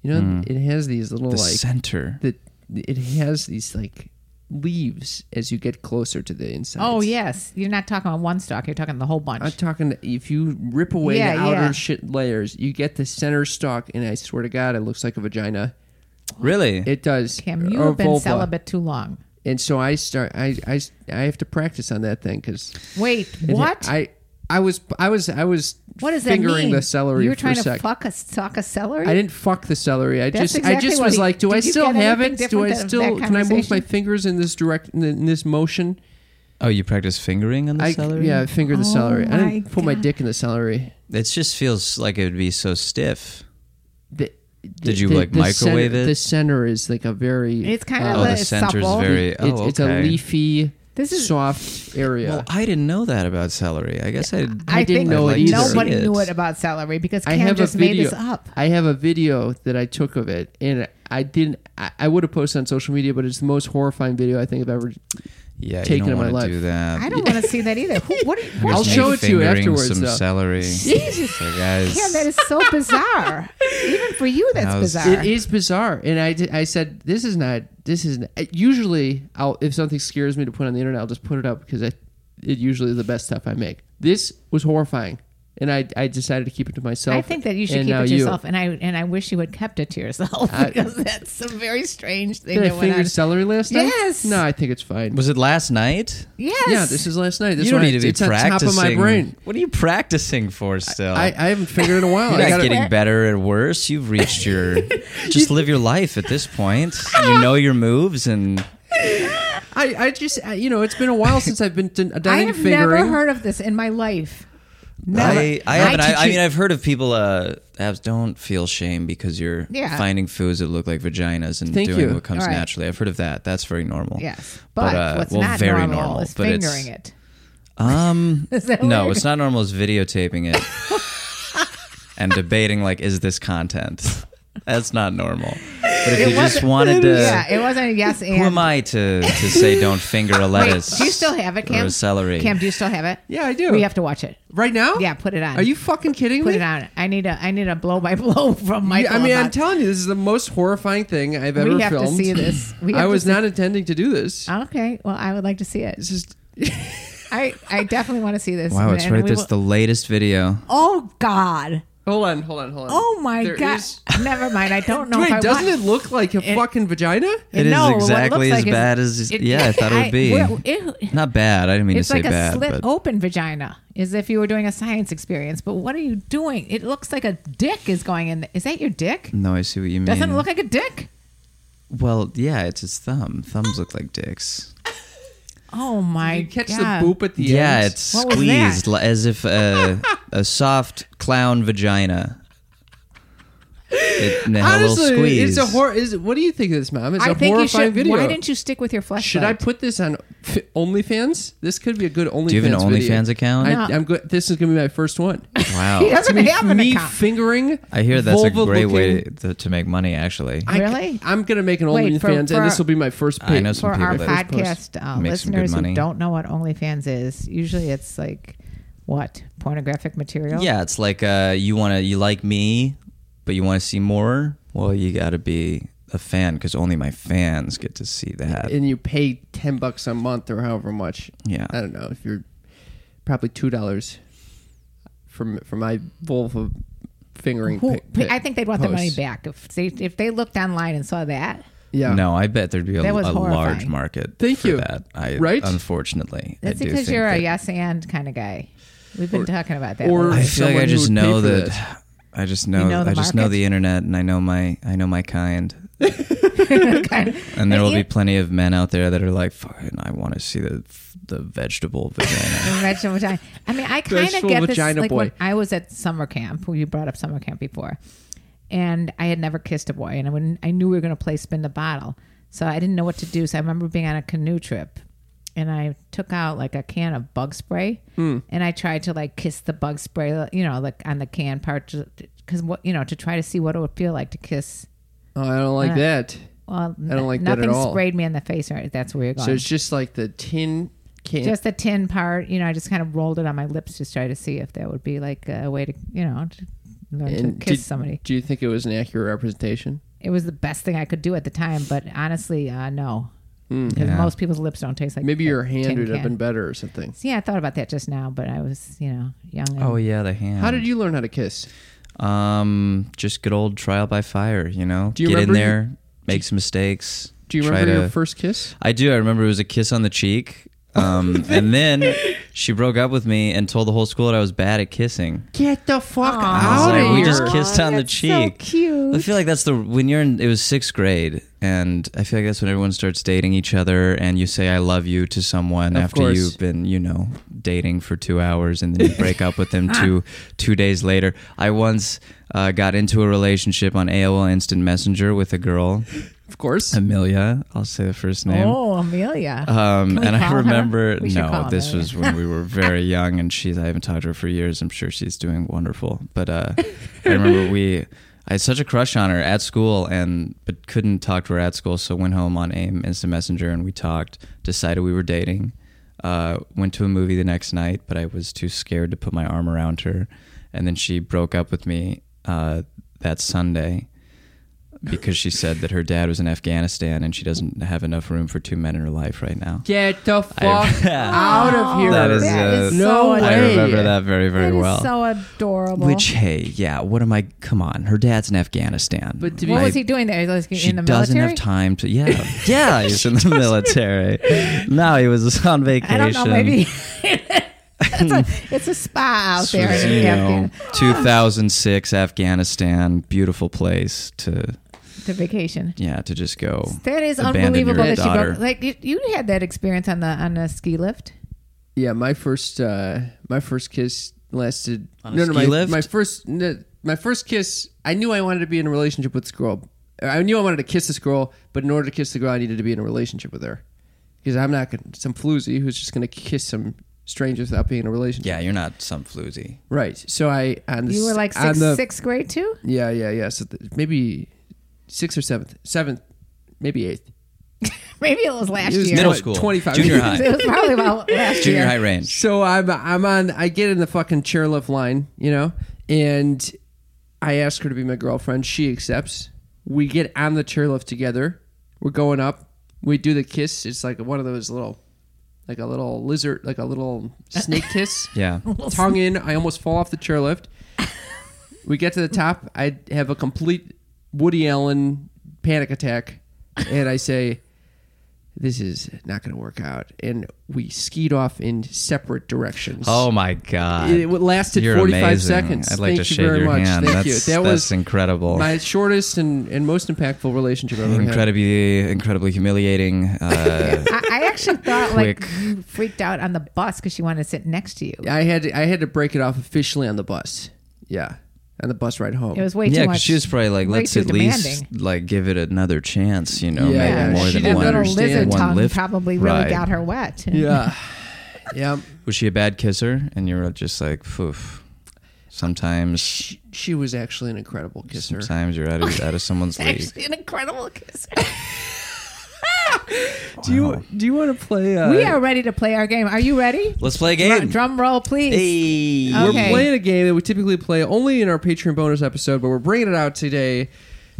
Speaker 1: you know it has these little
Speaker 4: Hmm. The
Speaker 1: like
Speaker 4: center.
Speaker 1: that it has these like leaves as you get closer to the inside
Speaker 2: Oh yes, you're not talking about one stalk. You're talking the whole bunch.
Speaker 1: I'm talking if you rip away
Speaker 2: Yeah,
Speaker 1: the outer
Speaker 2: yeah.
Speaker 1: shit layers, you get the center stalk, and I swear to God, it looks like a vagina.
Speaker 4: really?
Speaker 1: It does.
Speaker 2: Kim, you
Speaker 1: or
Speaker 2: have been
Speaker 1: uh, vulva.
Speaker 2: celibate too long.
Speaker 1: and so I start. I I, s- I have to practice on that thing because
Speaker 2: Wait, what?
Speaker 1: I I was I was I was
Speaker 2: what does that mean?
Speaker 1: fingering the celery
Speaker 2: You were
Speaker 1: for
Speaker 2: trying
Speaker 1: a
Speaker 2: to
Speaker 1: sec.
Speaker 2: fuck a stalk of celery.
Speaker 1: I didn't fuck the celery. I
Speaker 2: That's
Speaker 1: just I
Speaker 2: exactly
Speaker 1: just
Speaker 2: what
Speaker 1: was
Speaker 2: he-
Speaker 1: like, do
Speaker 2: did
Speaker 1: I
Speaker 2: you
Speaker 1: still
Speaker 2: get
Speaker 1: have it?
Speaker 2: anything
Speaker 1: Do I
Speaker 2: different out of
Speaker 1: still
Speaker 2: that
Speaker 1: can I move my
Speaker 2: conversation?
Speaker 1: fingers in this direct in this motion?
Speaker 4: oh, you practice fingering on the
Speaker 1: I
Speaker 4: celery?
Speaker 1: yeah, I finger the
Speaker 2: Oh
Speaker 1: celery. I didn't
Speaker 2: my
Speaker 1: put my
Speaker 2: God.
Speaker 1: dick in the celery.
Speaker 4: It just feels like it would be so stiff.
Speaker 1: The,
Speaker 4: Did you, like, microwave
Speaker 1: center,
Speaker 4: it?
Speaker 1: The center is like a very
Speaker 2: It's kind of
Speaker 4: Oh,
Speaker 2: like
Speaker 4: the center's
Speaker 2: supple.
Speaker 4: very. Oh,
Speaker 1: it's,
Speaker 4: okay.
Speaker 1: it's a leafy,
Speaker 2: This is-
Speaker 1: soft area.
Speaker 4: Well, I didn't know that about celery. I guess I.
Speaker 1: I didn't
Speaker 2: think
Speaker 1: know it either.
Speaker 2: Nobody
Speaker 4: Idiots.
Speaker 2: knew it about celery because
Speaker 1: I
Speaker 2: Kim
Speaker 1: have
Speaker 2: just
Speaker 1: a video.
Speaker 2: made this up.
Speaker 1: I have a video that I took of it, and I didn't. I, I would have posted on social media, but it's the most horrifying video I think I've ever.
Speaker 4: yeah,
Speaker 1: taken
Speaker 4: you
Speaker 1: in
Speaker 4: don't
Speaker 1: my
Speaker 4: wanna
Speaker 1: life.
Speaker 4: do that.
Speaker 2: I don't want to see that either. Who, what? Are, you-
Speaker 1: <laughs>
Speaker 4: Here's
Speaker 1: I'll
Speaker 4: me
Speaker 1: show it to you
Speaker 4: fingering
Speaker 1: afterwards,
Speaker 4: Some
Speaker 1: though. <laughs>
Speaker 4: celery.
Speaker 2: Jesus.
Speaker 4: So, guys,
Speaker 2: Kim, that is so bizarre. Even for you, that's
Speaker 4: That was-
Speaker 2: bizarre.
Speaker 1: It is bizarre, and I, did- I said this is not. This is not, usually I'll if something scares me to put on the internet, I'll just put it up because I, it usually is the best stuff I make. This was horrifying, and I I decided to keep it to myself.
Speaker 2: I think that you should
Speaker 1: and
Speaker 2: keep
Speaker 1: now
Speaker 2: it to
Speaker 1: you.
Speaker 2: yourself, and I and I wish you had kept it to yourself <laughs> because that's a very strange thing
Speaker 1: Did I
Speaker 2: that went
Speaker 1: finger
Speaker 2: on.
Speaker 1: celery last night?
Speaker 2: Yes.
Speaker 1: No, I think it's fine.
Speaker 4: was it last night?
Speaker 2: Yes.
Speaker 1: Yeah, this is last night. This
Speaker 4: you don't
Speaker 1: one,
Speaker 4: need to be
Speaker 1: it's
Speaker 4: practicing.
Speaker 1: on top of my brain.
Speaker 4: What are you practicing for still?
Speaker 1: I, I haven't figured it in a
Speaker 4: <laughs>
Speaker 1: while.
Speaker 4: You're
Speaker 1: I
Speaker 4: not
Speaker 1: gotta-
Speaker 4: getting better or worse. You've
Speaker 1: <laughs>
Speaker 4: reached your. just live your life at this point. You know your moves, and
Speaker 1: I, I just, I, you know, it's been a while since I've been done
Speaker 2: I
Speaker 1: done
Speaker 2: have
Speaker 1: fingering.
Speaker 2: never heard of this in my life.
Speaker 4: I, I haven't.
Speaker 2: teach
Speaker 4: I, I
Speaker 2: you-
Speaker 4: mean, I've heard of people. Uh, abs don't feel shame because you're
Speaker 2: Yeah.
Speaker 4: finding foods that look like vaginas and
Speaker 1: Thank
Speaker 4: doing
Speaker 1: you.
Speaker 4: what comes
Speaker 2: All right.
Speaker 4: naturally. I've heard of that. That's very normal.
Speaker 2: Yes, but,
Speaker 4: uh,
Speaker 2: what's
Speaker 4: well,
Speaker 2: not
Speaker 4: very
Speaker 2: normal, is
Speaker 4: but it's-
Speaker 2: fingering it.
Speaker 4: Um,
Speaker 2: <laughs> Is that
Speaker 4: no,
Speaker 2: weird?
Speaker 4: it's not normal. It's videotaping
Speaker 2: <laughs>
Speaker 4: it and debating like, is this content? That's not normal. But if you just
Speaker 2: wasn't-
Speaker 4: wanted
Speaker 2: <laughs>
Speaker 4: to,
Speaker 2: yeah, it wasn't a yes and.
Speaker 4: who am I to, to say don't finger a
Speaker 2: Wait,
Speaker 4: lettuce?
Speaker 2: do you still have it, Cam?
Speaker 4: Or a celery?
Speaker 2: Cam, do you still have it?
Speaker 1: Yeah, I do.
Speaker 2: We have to watch it.
Speaker 1: right now?
Speaker 2: Yeah, put it on.
Speaker 1: Are you fucking kidding
Speaker 2: Put
Speaker 1: me?
Speaker 2: it on. I need a I need a blow by <laughs> blow from Michael.
Speaker 1: Yeah, I mean, I'm
Speaker 2: about-
Speaker 1: telling you, this is the most horrifying thing I've ever
Speaker 2: have to
Speaker 1: filmed.
Speaker 2: see this. We have
Speaker 1: I
Speaker 2: to
Speaker 1: was
Speaker 2: see- Uh,
Speaker 1: not intending to do this.
Speaker 2: Okay, well, I would like to see it.
Speaker 1: This is <laughs>
Speaker 2: I, I definitely want to see this.
Speaker 4: Wow, it's
Speaker 2: And
Speaker 4: right.
Speaker 2: we
Speaker 4: This
Speaker 2: will-
Speaker 4: the latest video.
Speaker 2: oh God!
Speaker 1: hold on, hold on, hold on.
Speaker 2: Oh my
Speaker 1: There
Speaker 2: God!
Speaker 1: is-
Speaker 2: <laughs> Never mind. I don't know. if I
Speaker 1: Wait, doesn't
Speaker 2: want-
Speaker 1: it look like a fucking vagina?
Speaker 4: It is
Speaker 2: No, what it
Speaker 4: exactly
Speaker 2: looks
Speaker 4: as
Speaker 2: like is-
Speaker 4: bad as
Speaker 2: <laughs>
Speaker 4: yeah. I thought it
Speaker 2: I-
Speaker 4: would be. <laughs>
Speaker 2: well, it-
Speaker 4: Not bad. I didn't mean
Speaker 2: it's
Speaker 4: to say
Speaker 2: like a
Speaker 4: bad.
Speaker 2: slit
Speaker 4: but
Speaker 2: open vagina, as if you were doing a science experience. But what are you doing? It looks like a dick is going in. th- Is that your dick?
Speaker 4: no, I see what you mean.
Speaker 2: Doesn't it look like a dick?
Speaker 4: well, yeah, it's his thumb. Thumbs look like dicks.
Speaker 2: Oh my
Speaker 1: You catch
Speaker 2: God.
Speaker 1: the boop at the end.
Speaker 4: Yeah, it's
Speaker 2: What was
Speaker 4: squeezed
Speaker 2: that?
Speaker 4: li- as if a,
Speaker 2: <laughs>
Speaker 4: a soft clown vagina. It, and it had a little
Speaker 1: honestly, it's
Speaker 4: squeeze.
Speaker 1: a horror. Is what do you think of this, mom? It's a
Speaker 2: I think you
Speaker 1: horrifying
Speaker 2: should.
Speaker 1: video.
Speaker 2: Why didn't you stick with your flashlight?
Speaker 1: Should I put this on F- OnlyFans? This could be a good OnlyFans.
Speaker 4: Do you have an
Speaker 1: video.
Speaker 4: OnlyFans account?
Speaker 1: I, I'm good. This is gonna be my first
Speaker 2: <laughs>
Speaker 1: one.
Speaker 2: <laughs> He
Speaker 4: Wow.
Speaker 2: doesn't have an
Speaker 1: me
Speaker 2: account.
Speaker 1: fingering.
Speaker 4: I hear that's a great way
Speaker 1: vulva-looking-
Speaker 4: to, to make money, actually.
Speaker 1: I,
Speaker 2: Really?
Speaker 1: I'm gonna make an
Speaker 2: Wait,
Speaker 1: OnlyFans,
Speaker 2: for-
Speaker 1: fans,
Speaker 2: for-
Speaker 1: and this will be my first.
Speaker 4: I
Speaker 1: Pay.
Speaker 4: know some-
Speaker 2: for
Speaker 4: people
Speaker 2: our
Speaker 4: that
Speaker 1: post
Speaker 2: podcast uh,
Speaker 4: make some good
Speaker 2: listeners
Speaker 4: money.
Speaker 2: who don't know what OnlyFans is, usually it's like what pornographic material.
Speaker 4: Yeah, it's like uh, you want to, you like me, but you want to see more. Well, you got to be a fan because only my fans get to see that.
Speaker 1: and you pay ten bucks a month or however much.
Speaker 4: Yeah.
Speaker 1: I don't know if you're probably two dollars from from my vulva fingering.
Speaker 2: Who,
Speaker 1: pic- pic-
Speaker 2: I think they'd want the money
Speaker 1: posts.
Speaker 2: back if they if they looked online and saw that.
Speaker 1: Yeah.
Speaker 4: No, I bet there'd be a,
Speaker 2: That was
Speaker 4: a large
Speaker 2: horrifying.
Speaker 4: market
Speaker 1: Thank
Speaker 4: for
Speaker 1: you.
Speaker 4: that. I,
Speaker 1: Right?
Speaker 4: Unfortunately. I
Speaker 2: That's
Speaker 4: do
Speaker 2: because
Speaker 4: think
Speaker 2: you're a
Speaker 4: that-
Speaker 2: yes and kind of guy. We've been talking about that.
Speaker 1: or-
Speaker 4: I feel like
Speaker 1: someone
Speaker 4: I
Speaker 1: who
Speaker 4: just
Speaker 1: would pay
Speaker 4: know
Speaker 1: for
Speaker 4: that.
Speaker 1: this.
Speaker 4: I just know.
Speaker 2: You know the
Speaker 4: I just know
Speaker 2: market?
Speaker 4: the internet, and I know my. I know my kind.
Speaker 1: <laughs>
Speaker 2: kind
Speaker 4: And there will be
Speaker 2: you-
Speaker 4: plenty of men out there that are like, "Fucking, I want to see the the vegetable
Speaker 1: <laughs>
Speaker 2: <laughs>
Speaker 4: vagina."
Speaker 2: Vegetable vagina. I mean, I kind of
Speaker 1: Vegetable
Speaker 2: get this.
Speaker 1: vagina
Speaker 2: Like when
Speaker 1: boy.
Speaker 2: I was at summer camp, who you brought up summer camp before, and I had never kissed a boy, and I wouldn't, I knew we were going to play spin the bottle, so I didn't know what to do. So I remember being on a canoe trip, and I took out like a can of bug spray,
Speaker 1: Hmm.
Speaker 2: and I tried to like kiss the bug spray, you know, like on the can part, because what you know to try to see what it would feel like to kiss.
Speaker 1: Oh, I don't like that.
Speaker 2: Well,
Speaker 1: I don't like that at
Speaker 2: nothing
Speaker 1: all.
Speaker 2: sprayed me in the face. Or that's where you're going.
Speaker 1: So it's just like the tin can.
Speaker 2: just the tin part. You know, I just kind of rolled it on my lips to try to see if that would be like a way to, you know, to learn
Speaker 1: and
Speaker 2: to kiss
Speaker 1: did-
Speaker 2: somebody.
Speaker 1: Do you think it was an accurate representation?
Speaker 2: It was the best thing I could do at the time, but honestly, uh, no, because
Speaker 4: Yeah.
Speaker 2: most people's lips don't taste like.
Speaker 1: Hmm. Maybe
Speaker 2: a
Speaker 1: your hand
Speaker 2: tin
Speaker 1: would have
Speaker 2: can.
Speaker 1: been better or something.
Speaker 2: Yeah, I thought about that just now, but I was, you know, young. And
Speaker 4: Oh yeah, the hand.
Speaker 1: How did you learn how to kiss?
Speaker 4: Um, just good old trial by fire. You know,
Speaker 1: Do you
Speaker 4: get in
Speaker 1: remember you-
Speaker 4: there, make some mistakes.
Speaker 1: Do you
Speaker 4: try
Speaker 1: remember your
Speaker 4: to-
Speaker 1: first kiss?
Speaker 4: I do. I remember it was a kiss on
Speaker 1: <laughs>
Speaker 4: the cheek. Um, and then she broke up with me and told the whole school that I was bad at kissing.
Speaker 1: Get the fuck
Speaker 4: I was
Speaker 1: out
Speaker 4: like,
Speaker 1: of
Speaker 4: we
Speaker 1: here!
Speaker 4: just kissed on the
Speaker 2: that's so
Speaker 4: cheek.
Speaker 2: cute.
Speaker 4: I feel like that's the when you're in. It was sixth grade, and I feel like that's when everyone starts dating each other, and you say "I love you" to someone
Speaker 1: Of
Speaker 4: after
Speaker 1: course.
Speaker 4: you've been, you know, dating for two hours, and then you break up
Speaker 1: <laughs>
Speaker 4: with them two two days later. I once uh, got into a relationship on AOL Instant Messenger with a girl,
Speaker 1: of course.
Speaker 4: Amelia. I'll say the first name.
Speaker 2: Oh, Amelia.
Speaker 4: Um,
Speaker 2: Can we
Speaker 4: and I
Speaker 2: call her?
Speaker 4: remember,
Speaker 2: We should call
Speaker 4: no,
Speaker 2: her
Speaker 4: this
Speaker 2: Amelia.
Speaker 4: was when we
Speaker 2: <laughs>
Speaker 4: were very young, and she's, I haven't talked to her for years. I'm sure she's doing wonderful.
Speaker 2: <laughs>
Speaker 4: But uh, I remember we, I had such a crush on her at school, and but couldn't talk to her at school. So went home on AIM Instant Messenger, and we talked, decided we were dating. Uh, went to a movie the next night, but I was too scared to put my arm around her. And then she broke up with me uh, that Sunday because she said that her dad was in Afghanistan and she doesn't have enough room for two men in her life right now.
Speaker 1: Get the fuck
Speaker 4: <laughs> I-
Speaker 1: out of here!
Speaker 4: That is,
Speaker 2: Oh, That
Speaker 4: uh,
Speaker 2: is
Speaker 1: no
Speaker 2: so
Speaker 1: way.
Speaker 4: I
Speaker 2: adorable.
Speaker 4: remember that very, very
Speaker 2: That is
Speaker 4: well.
Speaker 2: so adorable.
Speaker 4: Which, hey, yeah, what am I? Come on, her dad's in Afghanistan.
Speaker 1: But to be-
Speaker 2: what
Speaker 4: I-
Speaker 2: was he doing there? Like,
Speaker 4: She
Speaker 2: in the
Speaker 4: doesn't
Speaker 2: military?
Speaker 4: have time to.
Speaker 2: <laughs>
Speaker 4: Yeah, yeah, he's in the military. No, he was <laughs> on vacation.
Speaker 2: I don't know. Maybe <laughs> it's, a,
Speaker 4: <laughs>
Speaker 2: it's a spa out
Speaker 4: This
Speaker 2: there.
Speaker 4: was,
Speaker 2: in
Speaker 4: you know,
Speaker 2: Afghan-
Speaker 4: 2006 Afghanistan, beautiful place to
Speaker 2: to vacation.
Speaker 4: yeah to just go.
Speaker 2: That is
Speaker 4: abandon your
Speaker 2: unbelievable that
Speaker 4: daughter.
Speaker 2: you broke, like you, you had that experience on the on the ski lift.
Speaker 1: Yeah, my first uh my first kiss lasted
Speaker 4: On a
Speaker 1: no no
Speaker 4: ski
Speaker 1: my
Speaker 4: lift?
Speaker 1: my first no, my first kiss. I knew I wanted to be in a relationship with this girl. I knew I wanted to kiss this girl, but in order to kiss the girl, I needed to be in a relationship with her because I'm not gonna, some floozy who's just going to kiss some strangers without being in a relationship.
Speaker 4: Yeah, you're not some floozy.
Speaker 1: right. So I on the
Speaker 2: You were
Speaker 1: s-
Speaker 2: like
Speaker 1: on
Speaker 2: sixth,
Speaker 1: the-
Speaker 2: sixth grade too. <laughs>
Speaker 1: Yeah, yeah, yeah. So th- maybe sixth or seventh, seventh, maybe eighth.
Speaker 2: Maybe it was last
Speaker 1: It was
Speaker 2: year.
Speaker 4: Middle
Speaker 1: Twen-
Speaker 4: school,
Speaker 1: 25.
Speaker 4: junior
Speaker 2: it
Speaker 4: high,
Speaker 2: was probably
Speaker 4: <laughs>
Speaker 2: about last
Speaker 4: junior
Speaker 2: year.
Speaker 4: high range.
Speaker 1: So I'm I'm on I get in the fucking chairlift line, you know, and I ask her to be my girlfriend. She accepts. We get on the chairlift together. We're going up. We do the kiss. It's like one of those little like a little lizard like a little snake kiss.
Speaker 4: Yeah.
Speaker 1: <laughs> Tongue in, I almost fall off the chairlift. We get to the top. I have a complete Woody Allen panic attack, and I say, "This is not going to work out." And we skied off in separate directions.
Speaker 4: Oh my god!
Speaker 1: It lasted
Speaker 4: You're
Speaker 1: 45
Speaker 4: amazing.
Speaker 1: seconds.
Speaker 4: I'd like
Speaker 1: Thank
Speaker 4: to
Speaker 1: you
Speaker 4: shake
Speaker 1: very
Speaker 4: your
Speaker 1: much.
Speaker 4: hand.
Speaker 1: Thank
Speaker 4: that's,
Speaker 1: you. That
Speaker 4: that's
Speaker 1: was
Speaker 4: incredible.
Speaker 1: my shortest and, and most impactful relationship I've ever had.
Speaker 4: incredibly, incredibly humiliating.
Speaker 2: <laughs>
Speaker 4: Uh,
Speaker 2: I, I actually thought like
Speaker 4: Quick.
Speaker 2: you freaked out on the bus because she wanted to sit next to you.
Speaker 1: I had to, I had to break it off officially on the bus. Yeah, on the bus ride home.
Speaker 2: It was way
Speaker 4: yeah,
Speaker 2: too
Speaker 4: 'cause
Speaker 2: much.
Speaker 4: she was probably like,
Speaker 2: way
Speaker 4: let's
Speaker 2: too
Speaker 4: at least
Speaker 2: demanding.
Speaker 4: like give it another chance. You know,
Speaker 1: Yeah,
Speaker 4: maybe
Speaker 1: yeah,
Speaker 4: more
Speaker 1: she
Speaker 4: than
Speaker 1: didn't
Speaker 4: one.
Speaker 2: little lizard
Speaker 4: one
Speaker 2: tongue
Speaker 4: lift
Speaker 2: probably really
Speaker 4: ride.
Speaker 2: got her wet. <laughs>
Speaker 1: yeah, yeah.
Speaker 4: Was she a bad kisser? And you were just like, poof. Sometimes,
Speaker 1: She, she was actually an incredible kisser.
Speaker 4: sometimes you're out of out
Speaker 1: <laughs>
Speaker 4: of someone's league.
Speaker 2: Actually, an incredible kiss.
Speaker 1: Do you do you want to play? Uh,
Speaker 2: we are ready to play our game. Are you ready?
Speaker 4: Let's play a
Speaker 2: Drum,
Speaker 4: game.
Speaker 2: drum roll, please.
Speaker 4: Hey.
Speaker 2: Okay.
Speaker 1: We're playing a game that we typically play only in our Patreon bonus episode, but we're bringing it out today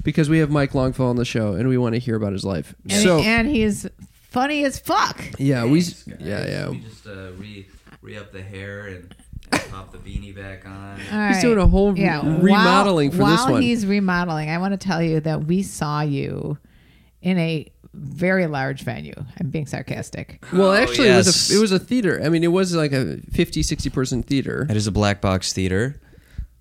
Speaker 1: because we have Mike Longfellow on the show and we want to hear about his life.
Speaker 2: And,
Speaker 1: So
Speaker 2: and he is funny as fuck.
Speaker 1: yeah, we yeah yeah.
Speaker 4: just uh, re re up the hair and <laughs> pop the beanie back on.
Speaker 2: All
Speaker 1: He's
Speaker 2: right.
Speaker 1: doing a whole re- remodeling
Speaker 2: while,
Speaker 1: for this
Speaker 2: while
Speaker 1: one.
Speaker 2: he's remodeling, I want to tell you that we saw you in a very large venue. I'm being sarcastic.
Speaker 1: Well, actually, it was
Speaker 4: yes.
Speaker 1: a, it was a theater. I mean, it was like a 50, 60 person theater.
Speaker 4: It is a black box theater,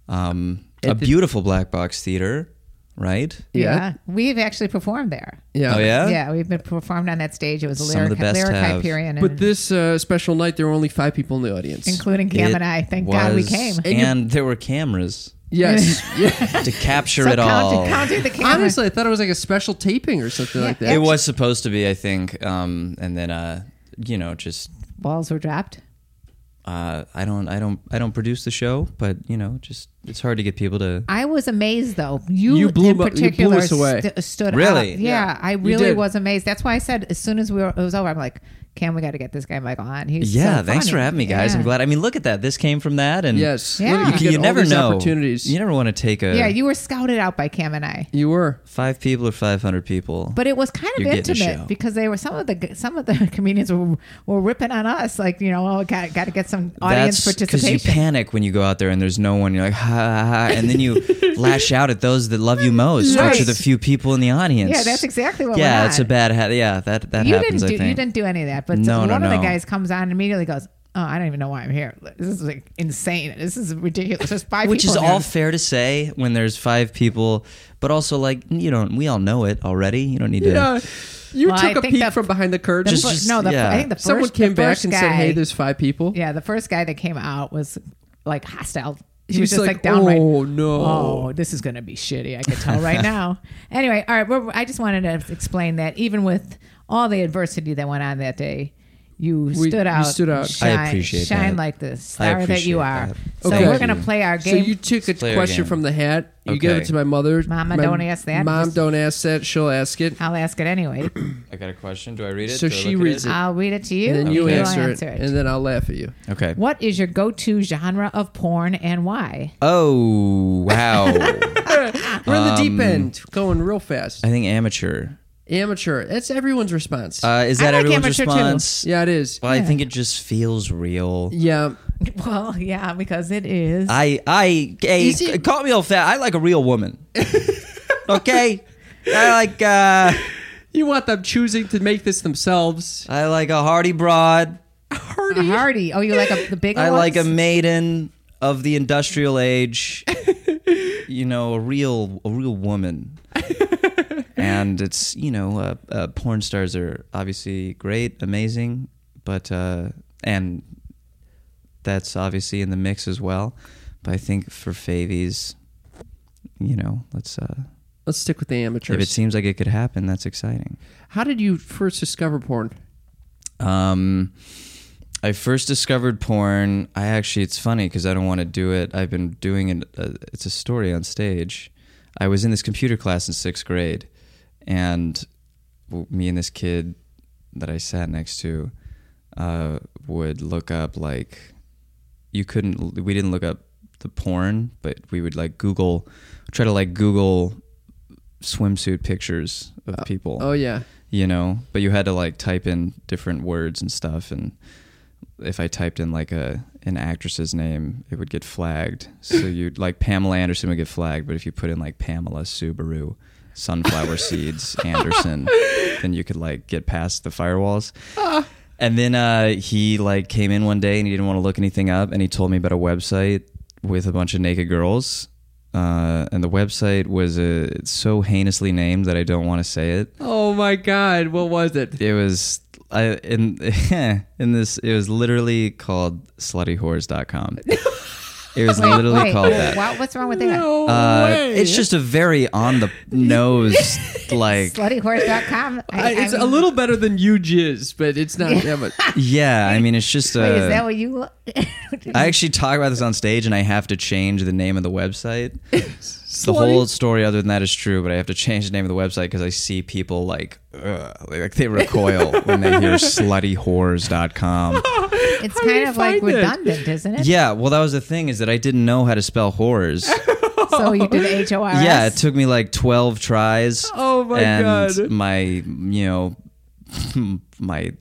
Speaker 4: um, a
Speaker 1: the-
Speaker 4: beautiful black box theater, right?
Speaker 1: Yeah.
Speaker 2: We've actually performed there.
Speaker 1: Yeah.
Speaker 4: Oh yeah,
Speaker 2: yeah, we've been performed on that stage. It was
Speaker 4: Some of
Speaker 2: Lyric,
Speaker 4: the best
Speaker 2: Lyric
Speaker 4: have.
Speaker 2: Hyperion, and,
Speaker 1: But this uh, special night, there were only five people in the audience.
Speaker 2: including Cam
Speaker 4: It
Speaker 2: and I. Thank God we
Speaker 4: was-
Speaker 2: came.
Speaker 4: and, there were cameras
Speaker 1: yes. Yeah.
Speaker 4: to capture
Speaker 2: So
Speaker 4: it all.
Speaker 2: counting, counting the camera.
Speaker 1: Honestly, I thought it was like a special taping or something like that.
Speaker 4: It was supposed to be, I think, um, and then uh, you know, just
Speaker 2: balls were dropped.
Speaker 4: uh, I don't, I don't, I don't produce the show, but you know, just it's hard to get people to.
Speaker 2: I was amazed though. You,
Speaker 1: You blew
Speaker 2: in
Speaker 1: mu- you blew
Speaker 2: particular
Speaker 1: us away.
Speaker 2: st- stood
Speaker 4: Really?
Speaker 2: out. Yeah,
Speaker 1: Yeah.
Speaker 2: I
Speaker 1: You
Speaker 2: really
Speaker 1: did.
Speaker 2: was amazed. That's why I said as soon as we were, it was over, I'm like, Cam, we got to get this guy Michael on. He's
Speaker 4: Yeah,
Speaker 2: so
Speaker 4: thanks for
Speaker 2: funny.
Speaker 4: having me, guys. I'm
Speaker 2: Yeah.
Speaker 4: glad. I mean, look at that. This came from that, and
Speaker 1: Yes.
Speaker 2: Yeah.
Speaker 1: Look,
Speaker 4: you,
Speaker 1: you,
Speaker 4: can-
Speaker 1: get
Speaker 4: you
Speaker 1: all
Speaker 4: never
Speaker 1: these
Speaker 4: know
Speaker 1: opportunities.
Speaker 4: You never want to take a
Speaker 2: Yeah, you were scouted out by Cam and I.
Speaker 1: you were.
Speaker 4: five people or five hundred people.
Speaker 2: But it was kind of
Speaker 4: You're getting a show.
Speaker 2: intimate because they were some of the some of the <laughs> comedians were, were ripping on us, like you know, oh, got got to get some audience
Speaker 4: because you
Speaker 2: participation.
Speaker 4: panic when you go out there and there's no one. You're like ha, ha, ha and
Speaker 2: <laughs>
Speaker 4: then you lash out at those that love you most, which
Speaker 2: Right.
Speaker 4: are the few people in the audience.
Speaker 2: Yeah, that's exactly what
Speaker 4: Yeah,
Speaker 2: went
Speaker 4: it's a
Speaker 2: on.
Speaker 4: bad habit. Yeah, that
Speaker 2: <laughs>
Speaker 4: that
Speaker 2: You
Speaker 4: happens.
Speaker 2: didn't do
Speaker 4: I think.
Speaker 2: you didn't do any of that, but
Speaker 4: No,
Speaker 2: one
Speaker 4: no,
Speaker 2: of the
Speaker 4: no.
Speaker 2: guys comes on and immediately goes, "Oh, I don't even know why I'm here. This is like insane. This is ridiculous. There's five
Speaker 4: which is
Speaker 2: people
Speaker 4: all
Speaker 2: here."
Speaker 4: fair to say when there's five people, but also like you don't. We all know it already. You don't need to.
Speaker 1: Yeah. You
Speaker 2: Well, I
Speaker 1: took a
Speaker 2: think
Speaker 1: peek
Speaker 2: that-
Speaker 1: from behind the curtain.
Speaker 2: The
Speaker 4: Just-
Speaker 2: fir-
Speaker 4: just-
Speaker 2: no, the,
Speaker 4: yeah.
Speaker 2: I think the first
Speaker 1: Someone came
Speaker 2: the
Speaker 1: back
Speaker 2: first
Speaker 1: and
Speaker 2: guy,
Speaker 1: said, "Hey, there's five people."
Speaker 2: yeah." The first guy that came out was like hostile. He
Speaker 1: He's
Speaker 2: was just
Speaker 1: like,
Speaker 2: like, downright.
Speaker 1: "Oh, no."
Speaker 2: Oh, this is gonna be shitty. I can
Speaker 1: <laughs>
Speaker 2: tell right now. Anyway, all right. Well, I just wanted to explain that even with all the adversity that went on that day. You stood out.
Speaker 1: stood out. I
Speaker 2: Shine,
Speaker 4: appreciate
Speaker 2: shine
Speaker 4: that.
Speaker 2: like the star that
Speaker 4: appreciate
Speaker 2: you are.
Speaker 4: that.
Speaker 2: So
Speaker 1: Okay.
Speaker 2: we're gonna play our
Speaker 1: So
Speaker 2: game.
Speaker 1: you took a
Speaker 4: Player
Speaker 1: question
Speaker 4: game.
Speaker 1: from the hat. You gave
Speaker 4: Okay.
Speaker 1: it to my mother.
Speaker 2: Mama,
Speaker 1: My
Speaker 2: don't ask that.
Speaker 1: Mom,
Speaker 2: Just-
Speaker 1: don't ask that. She'll ask it.
Speaker 2: I'll ask
Speaker 1: <clears throat>
Speaker 2: it anyway.
Speaker 4: I got a question. Do I read
Speaker 1: So Do I she look at it? reads it.
Speaker 2: I'll read it to you.
Speaker 1: And then you
Speaker 2: will
Speaker 1: answer, it, and then I'll laugh at you.
Speaker 4: Okay.
Speaker 2: what is your go-to genre of porn and why?
Speaker 4: Oh wow! <laughs>
Speaker 1: We're in the deep end, going real fast.
Speaker 4: Um, I think amateur.
Speaker 1: Amateur. That's everyone's response.
Speaker 4: Uh, is
Speaker 2: I
Speaker 4: that
Speaker 2: like
Speaker 4: everyone's
Speaker 2: amateur, too.
Speaker 4: response?
Speaker 1: yeah, it is.
Speaker 4: Well, I think it just feels real.
Speaker 1: Yeah,
Speaker 2: <laughs> Well, yeah, because it is.
Speaker 4: I I hey,
Speaker 1: Is it-
Speaker 4: caught me off that. I like a real woman. okay. I like uh,
Speaker 1: you want them choosing to make this themselves.
Speaker 4: I like a hardy broad.
Speaker 2: Hardy. Hardy. Oh, you like a, the big
Speaker 4: I
Speaker 2: ones?
Speaker 4: like a maiden of the industrial age. you know, a real a real woman. and it's you know, uh, uh, porn stars are obviously great, amazing, but uh, and that's obviously in the mix as well. But I think for Favies, you know, let's. Uh,
Speaker 1: Let's stick with the
Speaker 4: if it
Speaker 1: amateurs.
Speaker 4: seems like it could happen, that's exciting.
Speaker 1: How did you first discover porn?
Speaker 4: Um, I first discovered porn. I actually, it's funny because I don't want to do it. I've been doing it. Uh, it's a story on stage. I was in this computer class in sixth grade, and w- me and this kid that I sat next to uh, would look up like you couldn't. We didn't look up the porn, but we would like Google, try to like Google swimsuit pictures of people
Speaker 1: Oh yeah,
Speaker 4: you know but you had to like type in different words and stuff and if i typed in like a an actress's name it would get flagged so you'd like pamela anderson would get flagged but if you put in like pamela subaru sunflower seeds anderson then you could like get past the firewalls and then uh, he like came in one day and he didn't want to look anything up, and he told me about a website with a bunch of naked girls. Uh, and the website was uh, so heinously named that I don't want to say it.
Speaker 1: Oh my God, what was it?
Speaker 4: It was I in <laughs> in this. It was literally called sluttyhores.com. It was literally
Speaker 2: <laughs> Wait,
Speaker 4: called that.
Speaker 2: What, what's wrong with that? No.
Speaker 4: Uh, it's just a very on the
Speaker 2: <laughs>
Speaker 4: nose like Uh,
Speaker 2: Sluttyhorse.com.
Speaker 1: I, it's a little better than you jizz, but it's not
Speaker 2: <laughs>
Speaker 1: that much.
Speaker 4: yeah. I mean, it's just. Uh,
Speaker 2: Wait, is that what
Speaker 4: <laughs>
Speaker 2: you?
Speaker 4: I actually talk about this on stage, and I have to change the name of
Speaker 2: <laughs>
Speaker 4: the website. the whole story, other than that, is true, but I have to change the name of the website because I see people like, ugh, like
Speaker 2: <laughs>
Speaker 4: they recoil when they hear sluttyhores.com.
Speaker 2: it's kind of like
Speaker 1: find it?
Speaker 2: redundant, isn't it?
Speaker 4: Yeah, well, that was the thing is that I didn't know how to spell whores.
Speaker 2: So you did H O R S.
Speaker 4: <laughs> Yeah, it took me like twelve tries.
Speaker 1: Oh my
Speaker 4: and
Speaker 1: God.
Speaker 4: My, you know, <laughs> my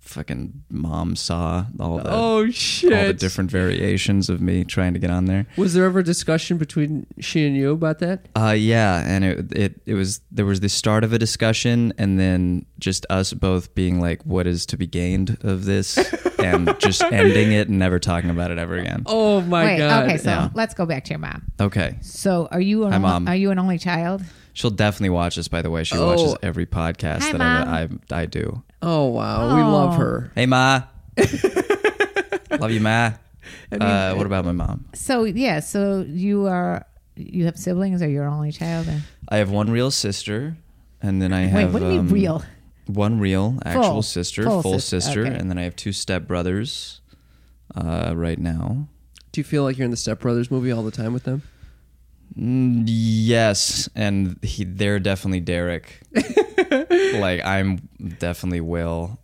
Speaker 4: fucking mom saw all the
Speaker 1: Oh shit!
Speaker 4: all the different variations of me trying to get on there.
Speaker 1: Was there ever discussion between she and you about that?
Speaker 4: Uh, yeah, and it, it it was there was the start of a discussion, and then just us both being like, "What is to be gained
Speaker 1: <laughs>
Speaker 4: of this?" and just ending it and never talking about it ever again.
Speaker 1: Oh my
Speaker 2: Wait.
Speaker 1: God!
Speaker 2: okay. So
Speaker 4: yeah.
Speaker 2: let's go back to your mom.
Speaker 4: Okay,
Speaker 2: So are you? An
Speaker 4: Hi,
Speaker 2: only,
Speaker 4: Mom.
Speaker 2: Are you an only child?
Speaker 4: she'll definitely watch this. By the way, she
Speaker 1: Oh.
Speaker 4: watches every podcast
Speaker 2: Hi,
Speaker 4: that I, I I do.
Speaker 1: Oh wow, we love her.
Speaker 2: <laughs>
Speaker 4: Hey, ma, love you, ma. Uh, what about my mom?
Speaker 2: So yeah. So you are. You have siblings, or you're an only child? Or,
Speaker 4: I have one real sister, and then I have
Speaker 2: wait. What do you mean
Speaker 4: um,
Speaker 2: real?
Speaker 4: One real actual
Speaker 2: Full.
Speaker 4: sister, full,
Speaker 2: Full
Speaker 4: sister,
Speaker 2: sis- okay.
Speaker 4: and then I have two stepbrothers. uh, right now.
Speaker 1: Do you feel like you're in the Step Brothers movie all the time with them?
Speaker 4: Mm, Yes, and he, they're definitely
Speaker 2: <laughs>
Speaker 4: Derek. like I'm definitely Will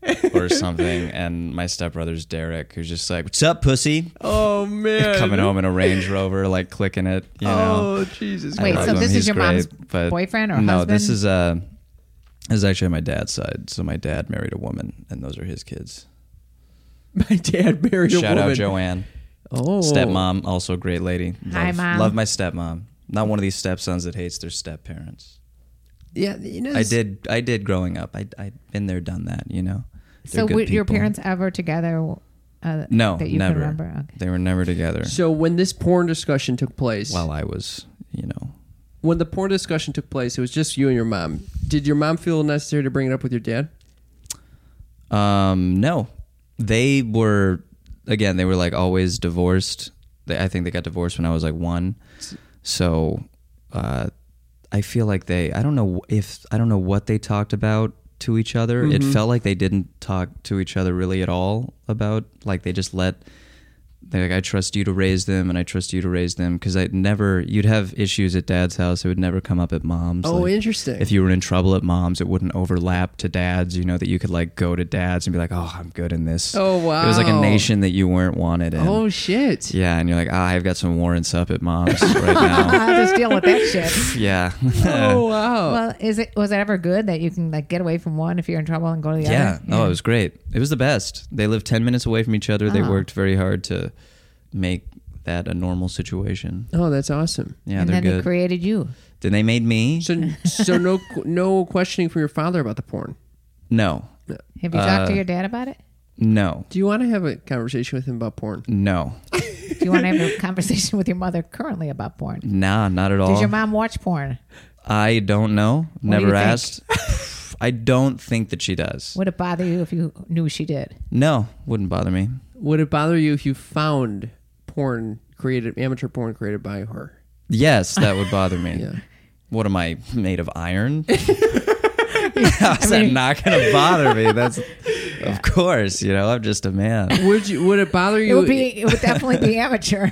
Speaker 2: <laughs>
Speaker 4: or something, and my stepbrother's Derek, who's just like, "What's up, pussy?"
Speaker 1: Oh man.
Speaker 4: Coming home in a Range Rover, like clicking it. You know.
Speaker 1: Oh Jesus.
Speaker 4: I
Speaker 2: Wait,
Speaker 4: love
Speaker 2: so
Speaker 4: him.
Speaker 2: this is
Speaker 4: He's
Speaker 2: your mom's
Speaker 4: but-
Speaker 2: boyfriend or
Speaker 4: no? This
Speaker 2: husband?
Speaker 4: is uh, this is actually on my dad's side. So my dad married a woman, and those are his kids.
Speaker 1: <laughs> My dad married a
Speaker 4: Shout
Speaker 1: woman.
Speaker 4: out Joanne,
Speaker 1: Oh.
Speaker 4: stepmom, also a great lady.
Speaker 2: Hi,
Speaker 4: Love-
Speaker 2: Mom.
Speaker 4: Love my stepmom. Not one of these stepsons that hates their step parents.
Speaker 1: Yeah, you know,
Speaker 4: I
Speaker 1: this-
Speaker 4: did. I did growing up. I I been there, done that. You know. They're
Speaker 2: So
Speaker 4: good
Speaker 2: were your
Speaker 4: people.
Speaker 2: parents ever together? Uh,
Speaker 4: No,
Speaker 2: that you
Speaker 4: never.
Speaker 2: can remember. Okay.
Speaker 4: They were never together.
Speaker 1: So when this porn discussion took place,
Speaker 4: while I was, you know,
Speaker 1: when the porn discussion took place, it was just you and your mom. Did your mom feel necessary to bring it up with your dad?
Speaker 4: Um, no, they were again. They were like always divorced. They, I think they got divorced when I was like one. So, uh, I feel like they. I don't know if I don't know what they talked about to each other. It felt like they didn't talk to each other really at all about. Like they just let. They're like, I trust you to raise them, and I trust you to raise them because I never. You'd have issues at dad's house. It would never come up at mom's.
Speaker 1: Oh,
Speaker 4: like,
Speaker 1: interesting.
Speaker 4: If you were in trouble at mom's, it wouldn't overlap to dad's. You know that you could like go to dad's and be like, "Oh, I'm good in this."
Speaker 1: Oh,
Speaker 4: It was like
Speaker 1: wow.
Speaker 4: a nation that you weren't wanted in.
Speaker 1: Oh shit!
Speaker 4: yeah, and you're like, "Ah, I've got some warrants up
Speaker 2: <laughs>
Speaker 4: at mom's right now."
Speaker 2: I'll just deal with
Speaker 4: <laughs>
Speaker 2: that shit.
Speaker 4: Yeah,
Speaker 1: Oh wow!
Speaker 2: Well, is it was it ever good that you can like get away from one if you're in trouble and go to the
Speaker 4: yeah.
Speaker 2: other?
Speaker 4: No, it was great. It was the best. They lived ten minutes away from each other. They
Speaker 2: Oh.
Speaker 4: worked very hard to make that a normal situation.
Speaker 1: Oh, that's awesome.
Speaker 4: Yeah,
Speaker 2: and
Speaker 4: they're
Speaker 2: then
Speaker 4: good.
Speaker 2: they created you.
Speaker 4: then they made me.
Speaker 1: So, so <laughs> no, no questioning from your father about the porn.
Speaker 4: no,
Speaker 2: Have you talked to
Speaker 4: Uh,
Speaker 2: your dad about it?
Speaker 4: no,
Speaker 1: Do you want to have a conversation with him about porn?
Speaker 4: no.
Speaker 2: Do you want to
Speaker 4: <laughs>
Speaker 2: have a conversation with your mother currently about porn?
Speaker 4: Nah, not at all.
Speaker 2: Does your mom watch porn?
Speaker 4: I don't know.
Speaker 2: do you
Speaker 4: Never
Speaker 2: think?
Speaker 4: asked. <laughs> I don't think that she does.
Speaker 2: Would it bother you if you knew she did?
Speaker 4: No, wouldn't bother me.
Speaker 1: Would it bother you if you found porn created, amateur porn created by her?
Speaker 4: Yes, that would bother me.
Speaker 1: <laughs> Yeah.
Speaker 4: What am I made of
Speaker 1: <laughs>
Speaker 4: iron? How's that not gonna bother
Speaker 1: <laughs>
Speaker 4: me? That's of course, you know, I'm just a man.
Speaker 1: Would you? Would it bother
Speaker 2: It
Speaker 1: you
Speaker 2: would be. It would definitely be <laughs> amateur.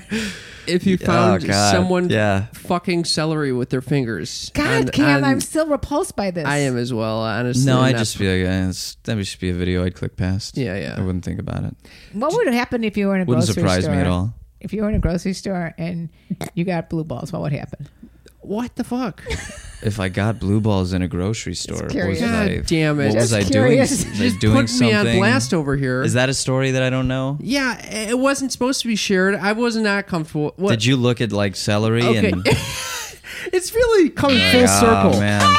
Speaker 1: if you found
Speaker 4: Oh, God,
Speaker 1: someone
Speaker 4: yeah.
Speaker 1: fucking celery with their fingers?
Speaker 2: God,
Speaker 1: on-
Speaker 2: Cam,
Speaker 1: on-
Speaker 2: I'm still repulsed by this.
Speaker 1: I am as well. Honestly,
Speaker 4: No, I
Speaker 1: And
Speaker 4: just feel like eh, it's, that would just be a video I'd click past.
Speaker 1: Yeah, yeah.
Speaker 4: I wouldn't think about it.
Speaker 2: What would happen if you were in a
Speaker 4: Wouldn't
Speaker 2: grocery
Speaker 4: surprise
Speaker 2: store?
Speaker 4: me at all.
Speaker 2: If you were in a grocery store and you got blue balls, what would happen?
Speaker 1: what the fuck?
Speaker 4: If I got blue balls in a grocery store, what
Speaker 2: curious.
Speaker 4: was I,
Speaker 1: God damn it.
Speaker 4: What was
Speaker 1: Just
Speaker 4: I
Speaker 2: curious.
Speaker 4: doing? Was I
Speaker 1: just
Speaker 4: doing
Speaker 1: putting me
Speaker 4: something?
Speaker 1: on blast over here.
Speaker 4: Is that a story that I don't know?
Speaker 1: Yeah, it wasn't supposed to be shared. I was not comfortable. What?
Speaker 4: Did you look at like celery
Speaker 1: Okay. <laughs>
Speaker 4: and
Speaker 1: It's really coming full
Speaker 4: Oh,
Speaker 1: circle.
Speaker 4: man.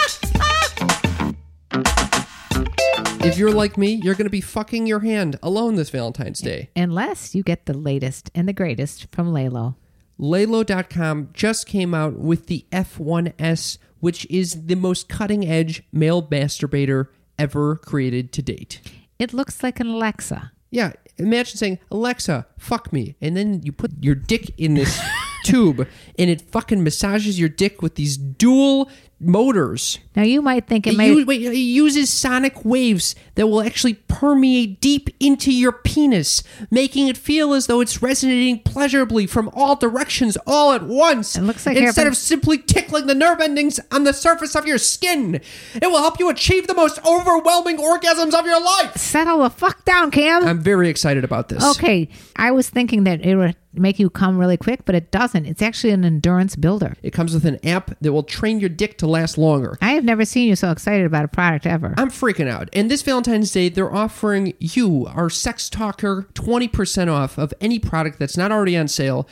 Speaker 1: If you're like me, you're going to be fucking your hand alone this Valentine's Day.
Speaker 2: Unless you get the latest and the greatest from Lalo.
Speaker 1: Laylo.com just came out with the F1S, which is the most cutting edge male masturbator ever created to date.
Speaker 2: It looks like an Alexa.
Speaker 1: Yeah, imagine saying, Alexa, fuck me. And then you put your dick in this tube and it fucking massages your dick with these dual motors.
Speaker 2: Now you might think it
Speaker 1: It,
Speaker 2: may
Speaker 1: u- wait, it uses sonic waves that will actually permeate deep into your penis, making it feel as though it's resonating pleasurably from all directions all at once.
Speaker 2: It looks like
Speaker 1: instead
Speaker 2: you're-
Speaker 1: of simply tickling the nerve endings on the surface of your skin, it will help you achieve the most overwhelming orgasms of your life.
Speaker 2: settle the fuck down, Cam.
Speaker 1: I'm very excited about this.
Speaker 2: okay, I was thinking that it would make you come really quick, but it doesn't. It's actually an endurance builder.
Speaker 1: It comes with an app that will train your dick to last longer.
Speaker 2: I have never seen you so excited about a product ever.
Speaker 1: I'm freaking out. And this Valentine's Day, they're offering you, our sex talker, 20% off of any product that's not already on sale.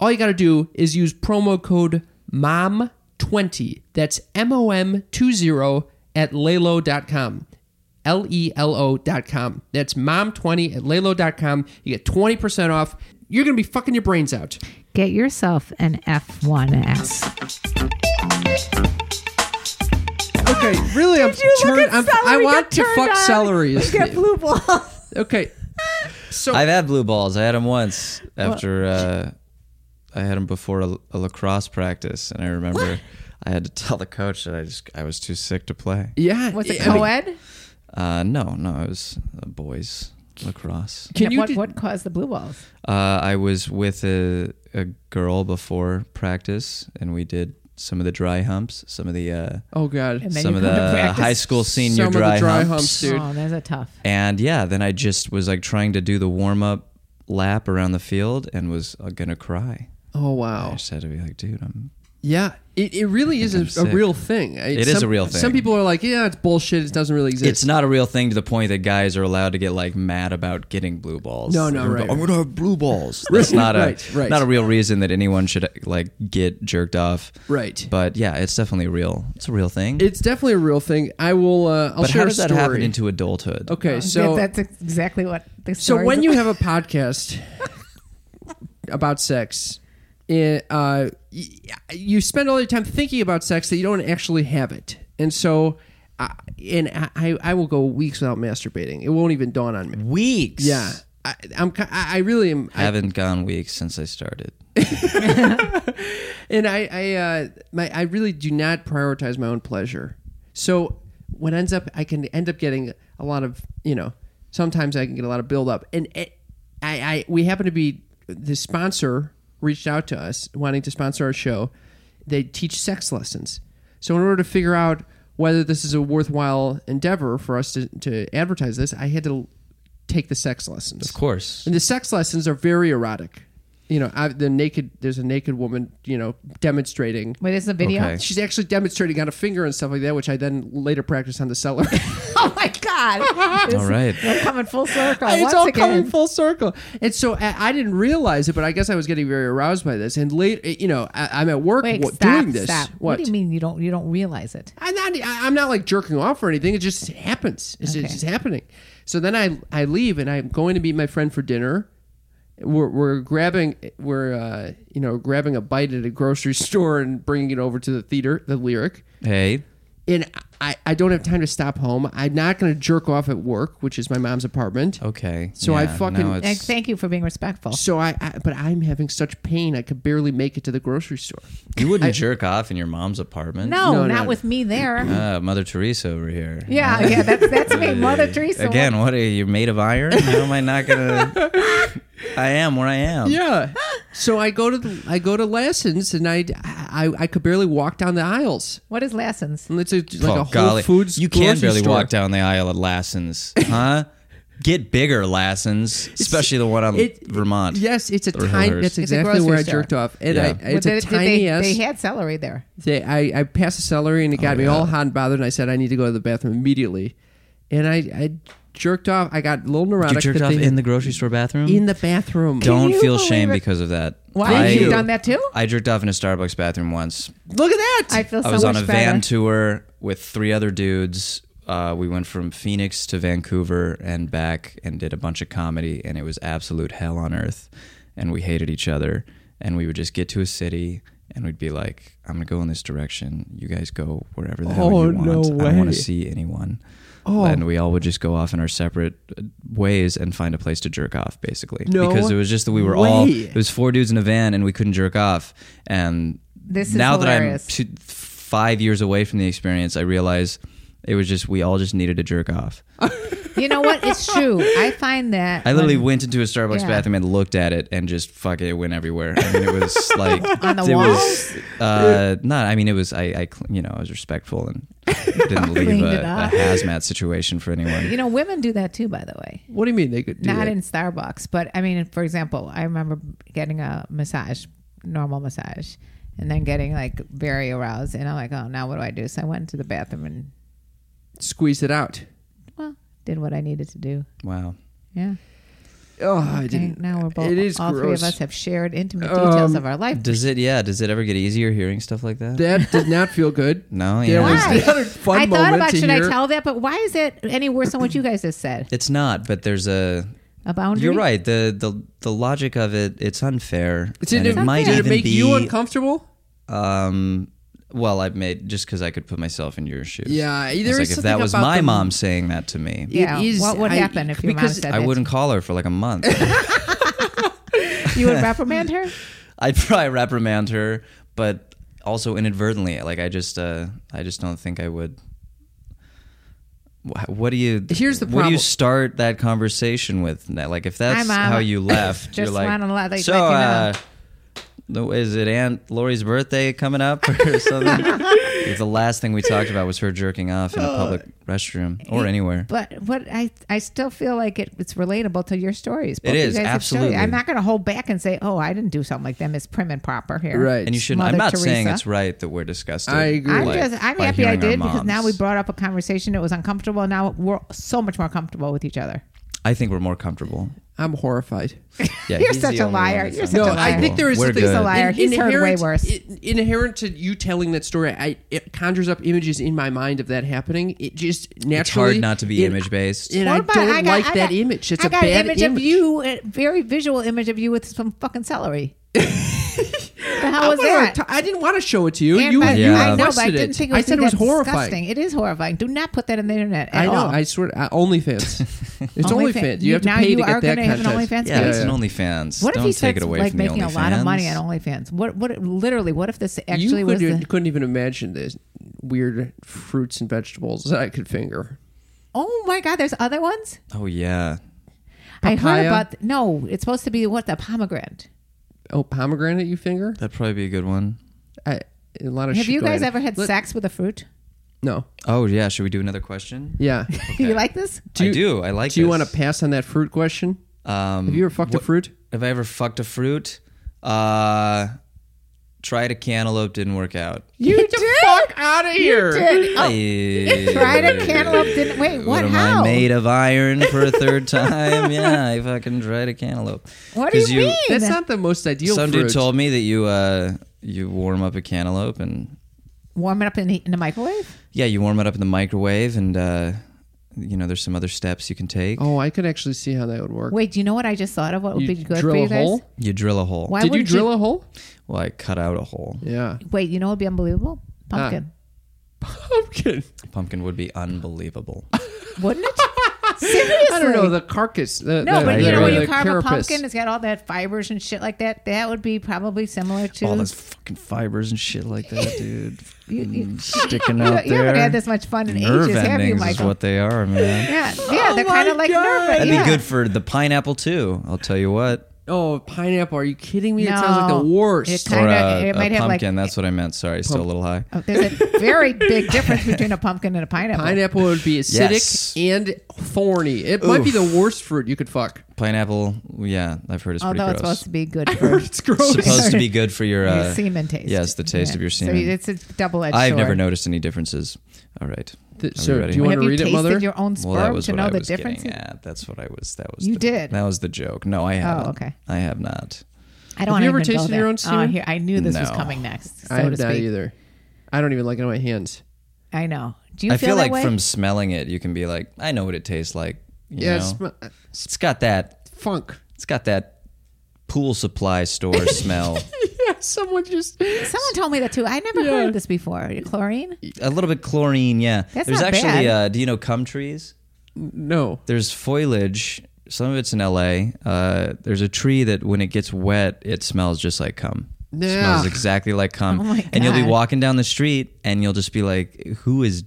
Speaker 1: All you got to do is use promo code MOM20. That's M O M 20 at Lalo.com. L E L O.com. That's MOM20 at Lalo.com. You get 20% off. You're going to be fucking your brains out.
Speaker 2: Get yourself an F1S.
Speaker 1: Okay, really, I'm turned. I'm, I want to fuck celery. is the-
Speaker 2: blue balls.
Speaker 1: Okay. So
Speaker 4: I've had blue balls. I had them once after uh, I had them before a, a lacrosse practice, and I remember I had to tell the coach that I just I was too sick to play.
Speaker 1: yeah,
Speaker 2: Was it
Speaker 1: I mean,
Speaker 2: co-ed?
Speaker 4: Uh, no, no, it was uh, boys. lacrosse.
Speaker 1: Can you
Speaker 2: what,
Speaker 1: d-
Speaker 2: what caused the blue balls?
Speaker 4: Uh, I was with a, a girl before practice, and we did some of the dry humps, some of the uh,
Speaker 1: Oh god.
Speaker 2: And then
Speaker 4: some
Speaker 2: you
Speaker 4: of
Speaker 2: come to
Speaker 4: the
Speaker 2: practice.
Speaker 4: high school senior
Speaker 1: Some of the
Speaker 4: dry,
Speaker 1: dry
Speaker 4: humps.
Speaker 1: humps, dude.
Speaker 2: Oh, there's a tough.
Speaker 4: And yeah, then I just was like trying to do the warm up lap around the field and was uh, gonna cry.
Speaker 1: Oh
Speaker 4: I
Speaker 1: wow.
Speaker 4: just had to be like, dude, I'm
Speaker 1: Yeah, it, it really is
Speaker 4: I'm
Speaker 1: a, a
Speaker 4: sick.
Speaker 1: real thing. It
Speaker 4: is a real thing.
Speaker 1: Some people are like, yeah, it's bullshit. It doesn't really exist.
Speaker 4: it's not a real thing to the point that guys are allowed to get like mad about getting blue balls.
Speaker 1: No, no,
Speaker 4: They're
Speaker 1: right,
Speaker 4: like,
Speaker 1: right.
Speaker 4: I'm gonna have blue balls. <laughs> That's not a
Speaker 1: right, right.
Speaker 4: not a real reason that anyone should like get jerked off.
Speaker 1: Right.
Speaker 4: But yeah, it's definitely real. It's a real thing.
Speaker 1: It's definitely a real thing. I will. Uh, I'll
Speaker 4: but
Speaker 1: share
Speaker 4: how does
Speaker 1: a
Speaker 4: that
Speaker 1: story.
Speaker 4: happen into adulthood?
Speaker 1: Okay, so
Speaker 2: That- that's exactly what. The
Speaker 1: so
Speaker 2: story's
Speaker 1: when you have
Speaker 2: about.
Speaker 1: a podcast <laughs> about sex, it, uh, y- you spend all your time thinking about sex that you don't actually have it, and so. I, and I, I will go weeks without masturbating. It won't even dawn on me.
Speaker 4: Weeks.
Speaker 1: Yeah, I, I'm. ki- I I really am.
Speaker 4: I haven't gone weeks since I started.
Speaker 1: and I, I, uh, my, I really do not prioritize my own pleasure. So what ends up, I can end up getting a lot of, you know, sometimes I can get a lot of buildup. And it, I, I, we happen to be the sponsor reached out to us wanting to sponsor our show. They teach sex lessons. So in order to figure out whether this is a worthwhile endeavor for us to, to advertise this, I had to take the sex lessons.
Speaker 4: Of course.
Speaker 1: And the sex lessons are very erotic. You know, I, the naked there's a naked woman, you know, demonstrating.
Speaker 2: Wait, is the video?
Speaker 4: Okay.
Speaker 1: She's actually demonstrating on a finger and stuff like that, which I then later practice on the
Speaker 2: <laughs>
Speaker 1: seller.
Speaker 2: <laughs> Oh my
Speaker 1: <laughs>
Speaker 2: God! This-
Speaker 4: All right.
Speaker 2: We're coming full circle.
Speaker 1: it's
Speaker 2: once
Speaker 1: all
Speaker 2: again.
Speaker 1: coming full circle. And so I, I didn't realize it, but I guess I was getting very aroused by this. And later, you know, I, I'm at work
Speaker 2: Wait,
Speaker 1: wa-
Speaker 2: stop,
Speaker 1: doing this.
Speaker 2: stop.
Speaker 1: What?
Speaker 2: do you mean you don't you don't realize it?
Speaker 1: I'm not. e, I- I'm not like jerking off or anything. It just happens. It's, it's
Speaker 2: Okay.
Speaker 1: just happening. So then I I leave and I'm going to meet my friend for dinner. We're, we're grabbing we're uh, you know grabbing a bite at a grocery <laughs> store and bringing it over to the theater. The lyric
Speaker 4: Hey.
Speaker 1: and I I don't have time to stop home. I'm not going to jerk off at work, which is my mom's apartment.
Speaker 4: Okay.
Speaker 1: So I
Speaker 4: Yeah,
Speaker 1: fucking-
Speaker 4: now
Speaker 2: Like,
Speaker 4: it's-
Speaker 2: thank you for being respectful.
Speaker 1: So I, I but I'm having such pain I could barely make it to the grocery store.
Speaker 4: you wouldn't jerk off in your mom's apartment.
Speaker 2: No,
Speaker 1: No, no,
Speaker 2: not
Speaker 1: no.
Speaker 2: with me there.
Speaker 4: Ah, Mother Teresa over here.
Speaker 2: yeah, yeah, that's that's
Speaker 4: <laughs>
Speaker 2: me,
Speaker 1: <laughs>
Speaker 2: Mother Teresa.
Speaker 4: Again, what are you made of iron? How am I not gonna? I am where I am.
Speaker 1: Yeah. so I go to the, I go to lessons and I, I I could barely walk down the aisles.
Speaker 2: What is lessons?
Speaker 1: And It's a, like
Speaker 4: Oh,
Speaker 1: a Whole
Speaker 4: golly.
Speaker 1: Foods.
Speaker 4: You can
Speaker 1: grocery
Speaker 4: barely
Speaker 1: store.
Speaker 4: walk down the aisle
Speaker 1: <laughs>
Speaker 4: at Lassen's, huh? Get bigger, Lassen's, especially the one on
Speaker 1: it-
Speaker 4: Vermont.
Speaker 1: Yes, it's a
Speaker 4: Or
Speaker 1: tiny.
Speaker 4: hers.
Speaker 1: That's
Speaker 4: It's a
Speaker 1: exactly
Speaker 2: grocery
Speaker 1: where I
Speaker 2: store.
Speaker 1: jerked off, and
Speaker 4: Yeah.
Speaker 1: I, it's
Speaker 2: Well,
Speaker 1: a
Speaker 2: did- did they-
Speaker 1: tiny ass.
Speaker 2: They had celery there.
Speaker 1: they- I, I passed the celery and
Speaker 4: Oh,
Speaker 1: it got me all hot and bothered, and I said I need to go to the bathroom immediately, and I, I jerked off. I got a little neurotic.
Speaker 4: You jerked
Speaker 1: that
Speaker 4: off
Speaker 1: they-
Speaker 4: in the grocery store bathroom.
Speaker 1: in the bathroom.
Speaker 4: Don't
Speaker 2: you
Speaker 4: feel
Speaker 2: believe
Speaker 4: shame
Speaker 2: it?
Speaker 4: because of that.
Speaker 2: Why
Speaker 4: I,
Speaker 2: have you done that too?
Speaker 4: I jerked off in a Starbucks bathroom once.
Speaker 1: Look at that.
Speaker 2: I feel so
Speaker 4: I was
Speaker 2: much
Speaker 4: on a
Speaker 2: better.
Speaker 4: van tour with three other dudes. Uh, we went from Phoenix to Vancouver and back and did a bunch of comedy, and it was absolute hell on earth. And we hated each other. And we would just get to a city and we'd be like, I'm going to go in this direction. You guys go wherever the hell
Speaker 1: Oh,
Speaker 4: you want.
Speaker 1: no
Speaker 4: I don't
Speaker 1: way. Oh.
Speaker 4: want to see anyone. And we all would just go off in our separate uh, ways and find a place to jerk off, basically.
Speaker 1: No
Speaker 4: because it was just that we were all,
Speaker 1: way.
Speaker 4: it was four dudes in a van and we couldn't jerk off. And
Speaker 2: This is
Speaker 4: now
Speaker 2: hilarious.
Speaker 4: that I'm two, five years away from the experience, I realize it was just we all just needed to jerk off.
Speaker 2: You know what? It's
Speaker 4: <laughs>
Speaker 2: true. I find that
Speaker 4: I literally went into a Starbucks
Speaker 2: Yeah.
Speaker 4: bathroom and looked at it and just fuck it, it went everywhere. I mean, it
Speaker 2: <laughs>
Speaker 4: was like
Speaker 2: On the
Speaker 4: it
Speaker 2: walls?
Speaker 4: was uh, not. I mean, it was I, I cl- you know I was respectful and
Speaker 2: <laughs>
Speaker 4: didn't leave
Speaker 2: Cleaned
Speaker 4: a,
Speaker 2: it up.
Speaker 4: a hazmat situation for anyone.
Speaker 2: You know, women do that too. By the way,
Speaker 1: what do you mean they could do
Speaker 2: not
Speaker 1: that?
Speaker 2: in Starbucks, but I mean, for example, I remember getting a massage, normal massage, and then getting like very aroused, and I'm like, oh, now what do I do? So I went into the bathroom and
Speaker 1: Squeeze it out.
Speaker 2: well, did what I needed to do.
Speaker 4: Wow.
Speaker 2: Yeah.
Speaker 1: Oh, I
Speaker 2: Okay,
Speaker 1: didn't.
Speaker 2: now we're both.
Speaker 1: It is
Speaker 2: all
Speaker 1: gross. Um,
Speaker 2: three of us have shared intimate details of our life.
Speaker 4: Does it? Yeah. Does it ever get easier hearing stuff like that?
Speaker 1: That did not feel good.
Speaker 4: <laughs> no.
Speaker 1: There
Speaker 4: Yeah.
Speaker 1: was the other <laughs> fun
Speaker 2: I
Speaker 1: moment
Speaker 2: thought about
Speaker 1: to
Speaker 2: should
Speaker 1: hear.
Speaker 2: I tell that, but why is it any worse than what you guys just said?
Speaker 4: It's not. But there's a
Speaker 2: A boundary.
Speaker 4: You're right. The the the logic of it, it's unfair.
Speaker 1: Did
Speaker 4: and
Speaker 1: it,
Speaker 4: it might
Speaker 1: did it
Speaker 4: even
Speaker 1: make
Speaker 4: be,
Speaker 1: you uncomfortable?
Speaker 4: Um, well, I made just because I could put myself in your shoes.
Speaker 1: Yeah,
Speaker 4: It's
Speaker 1: there
Speaker 4: like
Speaker 1: is
Speaker 4: if that
Speaker 1: something
Speaker 4: was
Speaker 1: about
Speaker 4: my
Speaker 1: the-
Speaker 4: mom saying that to me,
Speaker 2: Yeah.
Speaker 1: It is-
Speaker 2: what would
Speaker 1: I-
Speaker 2: happen if your mom
Speaker 1: because
Speaker 2: said
Speaker 4: I
Speaker 2: that?
Speaker 4: wouldn't call her for like
Speaker 1: <laughs>
Speaker 4: a month.
Speaker 2: You would reprimand her.
Speaker 4: I'd <laughs> probably reprimand her, but also inadvertently. Like I just, uh, I just don't think I would. wh- what do you
Speaker 1: Here's the
Speaker 4: what do
Speaker 1: problem.
Speaker 4: you start that conversation with Now, like if that's
Speaker 2: Hi, Mom. <laughs>
Speaker 4: how you left
Speaker 2: Just
Speaker 4: you're like
Speaker 2: wanna let- like,
Speaker 4: so
Speaker 2: let you know."
Speaker 4: uh the- is it Aunt Lori's birthday coming up or <laughs> something?
Speaker 2: <laughs>
Speaker 4: If the last thing we talked about was her jerking off in a public restroom or anywhere.
Speaker 2: But what I I still feel like it, it's relatable to your stories. Both
Speaker 4: It
Speaker 2: you
Speaker 4: is,
Speaker 2: guys have stories.
Speaker 4: absolutely.
Speaker 2: I'm not going to hold back and say, "Oh, I didn't do something like that." It's prim and proper here,
Speaker 1: Right.
Speaker 4: And you shouldn't. I'm
Speaker 2: Mother
Speaker 4: not saying
Speaker 2: Teresa.
Speaker 4: it's right that we're disgusted.
Speaker 1: I agree.
Speaker 2: I'm
Speaker 4: like,
Speaker 2: just I'm
Speaker 4: by
Speaker 2: happy I
Speaker 4: hearing our
Speaker 2: did because now we
Speaker 4: moms.
Speaker 2: brought up a conversation that was uncomfortable. Now we're so much more comfortable with each other.
Speaker 4: I think we're more comfortable.
Speaker 1: I'm horrified.
Speaker 4: Yeah,
Speaker 2: You're
Speaker 4: he's the
Speaker 2: such a
Speaker 4: only one
Speaker 2: liar.
Speaker 4: that's
Speaker 2: You're such
Speaker 1: No,
Speaker 2: a
Speaker 4: uncomfortable.
Speaker 1: I
Speaker 2: liar.
Speaker 1: think there is
Speaker 4: We're
Speaker 1: something.
Speaker 4: good.
Speaker 2: He's a liar. He's heard way worse.
Speaker 1: in- inherent to you telling that story, I, it conjures up images in my mind of that happening. It just naturally.
Speaker 4: not to be
Speaker 1: and-
Speaker 4: image-based.
Speaker 1: And
Speaker 2: What
Speaker 1: I
Speaker 2: about-
Speaker 1: don't
Speaker 2: got-
Speaker 1: like
Speaker 2: I
Speaker 1: that
Speaker 2: got-
Speaker 1: image. It's
Speaker 2: I
Speaker 1: a
Speaker 2: got
Speaker 1: bad
Speaker 2: an image, of you, a very visual image of you with some
Speaker 1: <laughs>
Speaker 2: fucking celery. the hell was
Speaker 1: I wanna
Speaker 2: that?
Speaker 1: t- I didn't want to show it to you.
Speaker 2: And
Speaker 1: you,
Speaker 2: by-
Speaker 1: you
Speaker 4: Yeah.
Speaker 2: I know, but I
Speaker 1: requested
Speaker 2: didn't think it
Speaker 1: I
Speaker 2: was,
Speaker 1: said it was
Speaker 2: that
Speaker 1: horrifying.
Speaker 2: disgusting. It is horrifying. Do not put that on the internet. At
Speaker 1: I know.
Speaker 2: all.
Speaker 1: I swear. I, OnlyFans. It's
Speaker 2: Only
Speaker 1: OnlyFans.
Speaker 2: fan-
Speaker 1: You have to
Speaker 2: now
Speaker 1: pay
Speaker 2: you
Speaker 1: to get
Speaker 2: are
Speaker 1: that
Speaker 2: gonna have an
Speaker 1: content.
Speaker 2: OnlyFans
Speaker 4: Yeah,
Speaker 2: page?
Speaker 4: it's an OnlyFans.
Speaker 2: What if
Speaker 4: Don't
Speaker 2: he
Speaker 4: take
Speaker 2: starts
Speaker 4: it away
Speaker 2: like
Speaker 4: from the
Speaker 2: making a lot of money
Speaker 4: OnlyFans.
Speaker 2: on OnlyFans? What? What? Literally, what if this actually
Speaker 1: You
Speaker 2: was?
Speaker 1: couldn't,
Speaker 2: the,
Speaker 1: couldn't even imagine the weird fruits and vegetables that I could finger.
Speaker 2: oh my God! There's other ones.
Speaker 4: Oh yeah.
Speaker 2: I heard
Speaker 1: Papaya?
Speaker 2: about. th- no, it's supposed to be what the pomegranate.
Speaker 1: Oh, pomegranate you finger?
Speaker 4: That'd probably be a good one.
Speaker 1: I, a lot of
Speaker 2: Have
Speaker 1: shit
Speaker 2: you
Speaker 1: going
Speaker 2: guys
Speaker 1: on.
Speaker 2: ever had
Speaker 1: Let-
Speaker 2: sex with a fruit?
Speaker 1: No.
Speaker 4: Oh yeah, should we do another question?
Speaker 2: <laughs>
Speaker 1: Yeah.
Speaker 2: you like this?
Speaker 4: I
Speaker 1: you-
Speaker 4: do. I like
Speaker 1: Do you
Speaker 4: this.
Speaker 1: want to pass on that fruit question?
Speaker 4: Um,
Speaker 1: Have you ever fucked a fruit?
Speaker 4: Have I ever fucked a fruit? Uh, tried a cantaloupe, didn't work out.
Speaker 1: You Get the fuck out of here.
Speaker 2: Did- oh, <laughs> Tried
Speaker 4: tried
Speaker 2: a cantaloupe. Didn't wait. What?
Speaker 4: am
Speaker 2: how?
Speaker 4: I made of iron for
Speaker 2: <laughs>
Speaker 4: a third time? yeah, I fucking tried a cantaloupe.
Speaker 2: What do
Speaker 4: 'Cause
Speaker 2: you mean?
Speaker 1: That's not the most ideal
Speaker 4: Some
Speaker 1: fruit.
Speaker 4: dude told me that you uh, you warm up a cantaloupe and
Speaker 2: Warm it up in the, in the microwave.
Speaker 4: yeah, you warm it up in the microwave and uh, you know there's some other steps you can take.
Speaker 1: Oh, I could actually see how that would work.
Speaker 2: Wait, do you know what I just thought of? What would
Speaker 1: you
Speaker 2: be good
Speaker 1: drill
Speaker 2: for you
Speaker 1: a
Speaker 2: guys?
Speaker 1: hole?
Speaker 4: You drill a hole.
Speaker 2: Why
Speaker 1: Did you
Speaker 2: wouldn't
Speaker 1: drill a hole?
Speaker 4: Well, I cut out a hole.
Speaker 1: Yeah.
Speaker 2: Wait, you know what would be unbelievable?
Speaker 1: <laughs>
Speaker 2: Pumpkin.
Speaker 1: Pumpkin.
Speaker 4: Pumpkin would be unbelievable.
Speaker 2: Wouldn't it? Seriously.
Speaker 1: I don't know the carcass. The,
Speaker 2: No,
Speaker 1: the,
Speaker 2: but you
Speaker 1: the-
Speaker 2: know when you
Speaker 1: the
Speaker 2: carve
Speaker 1: carapace.
Speaker 2: a pumpkin, it's got all that fibers and shit like that. That would be probably similar to. <laughs>
Speaker 4: All those fucking fibers and shit like that, dude. Mm,
Speaker 2: you, <laughs> you,
Speaker 4: Sticking
Speaker 2: you
Speaker 4: out there.
Speaker 2: haven't had this much fun in
Speaker 4: Nerve
Speaker 2: ages, have you,
Speaker 4: endings is
Speaker 2: Michael?
Speaker 4: what they are, man.
Speaker 2: yeah, yeah,
Speaker 1: Oh
Speaker 2: they're kind of like nerve.
Speaker 4: That'd
Speaker 2: yeah.
Speaker 4: be good for the pineapple too. I'll tell you what.
Speaker 1: Oh, pineapple. Are you kidding me? It sounds like the
Speaker 2: No.
Speaker 1: worst.
Speaker 2: It
Speaker 4: Or
Speaker 2: Kinda,
Speaker 4: a,
Speaker 2: it
Speaker 4: a
Speaker 2: might have, like-
Speaker 4: pumpkin. That's what I meant. Sorry, still a little high.
Speaker 2: Oh, there's a very big
Speaker 4: <laughs>
Speaker 2: difference between a pumpkin and a pineapple.
Speaker 1: Pineapple would be acidic
Speaker 4: Yes.
Speaker 1: and thorny. It might be the worst fruit you could fuck.
Speaker 4: Pineapple. Yeah, I've heard it's
Speaker 2: Although
Speaker 4: pretty
Speaker 2: it's
Speaker 4: gross.
Speaker 2: supposed to be
Speaker 4: <laughs>
Speaker 2: good for
Speaker 1: It's gross.
Speaker 4: It's supposed
Speaker 2: <laughs>
Speaker 4: to be good for your,
Speaker 2: your
Speaker 4: uh,
Speaker 2: semen taste.
Speaker 4: Yes, the taste of your
Speaker 2: So
Speaker 4: semen.
Speaker 2: it's a double edged.
Speaker 4: I've never noticed any differences. All right.
Speaker 1: Th-
Speaker 4: Are we
Speaker 1: sir,
Speaker 4: ready?
Speaker 1: do you want
Speaker 2: Have
Speaker 1: to
Speaker 2: you
Speaker 1: read it,
Speaker 2: tasted
Speaker 1: mother?
Speaker 2: your own sperm
Speaker 4: Well, that was
Speaker 2: to
Speaker 4: what
Speaker 2: know
Speaker 4: I
Speaker 2: the
Speaker 4: was
Speaker 2: difference?
Speaker 4: getting at. That's what I was. That was.
Speaker 2: You
Speaker 4: the,
Speaker 2: did. Oh,
Speaker 4: That was the joke. No, I haven't.
Speaker 2: okay.
Speaker 4: I have not.
Speaker 2: I
Speaker 1: Have
Speaker 2: don't
Speaker 1: you
Speaker 2: wanna
Speaker 1: ever
Speaker 2: even go
Speaker 1: tasted
Speaker 2: there.
Speaker 1: your own
Speaker 2: Oh,
Speaker 1: semen?
Speaker 2: here, I knew this was
Speaker 4: No.
Speaker 2: coming next. So
Speaker 1: I
Speaker 2: to
Speaker 1: have
Speaker 2: speak.
Speaker 1: not either. I don't even like it on my hands.
Speaker 2: I know. Do you
Speaker 4: I
Speaker 2: feel,
Speaker 4: feel
Speaker 2: that
Speaker 4: like
Speaker 2: way?
Speaker 4: from smelling it, you can be like, I know what it tastes like. You
Speaker 1: Yeah,
Speaker 4: know?
Speaker 1: it's sm- uh,
Speaker 4: it's got that.
Speaker 1: funk.
Speaker 4: It's got that pool
Speaker 2: <laughs>
Speaker 4: supply store smell.
Speaker 1: Yeah, someone just.
Speaker 2: Someone told me that too. I never heard this before. Chlorine?
Speaker 4: A little bit chlorine. Yeah.
Speaker 2: That's
Speaker 4: There's
Speaker 2: not bad.
Speaker 4: actually. Uh, do you know cum trees?
Speaker 1: No.
Speaker 4: there's foliage. Some of it's in LA. Uh, there's a tree that when it gets wet, it smells just like cum. It
Speaker 1: Yeah.
Speaker 4: smells exactly like
Speaker 2: <laughs>
Speaker 4: cum.
Speaker 2: Oh my
Speaker 4: And you'll be
Speaker 2: God.
Speaker 4: walking down the street and you'll just be like, who is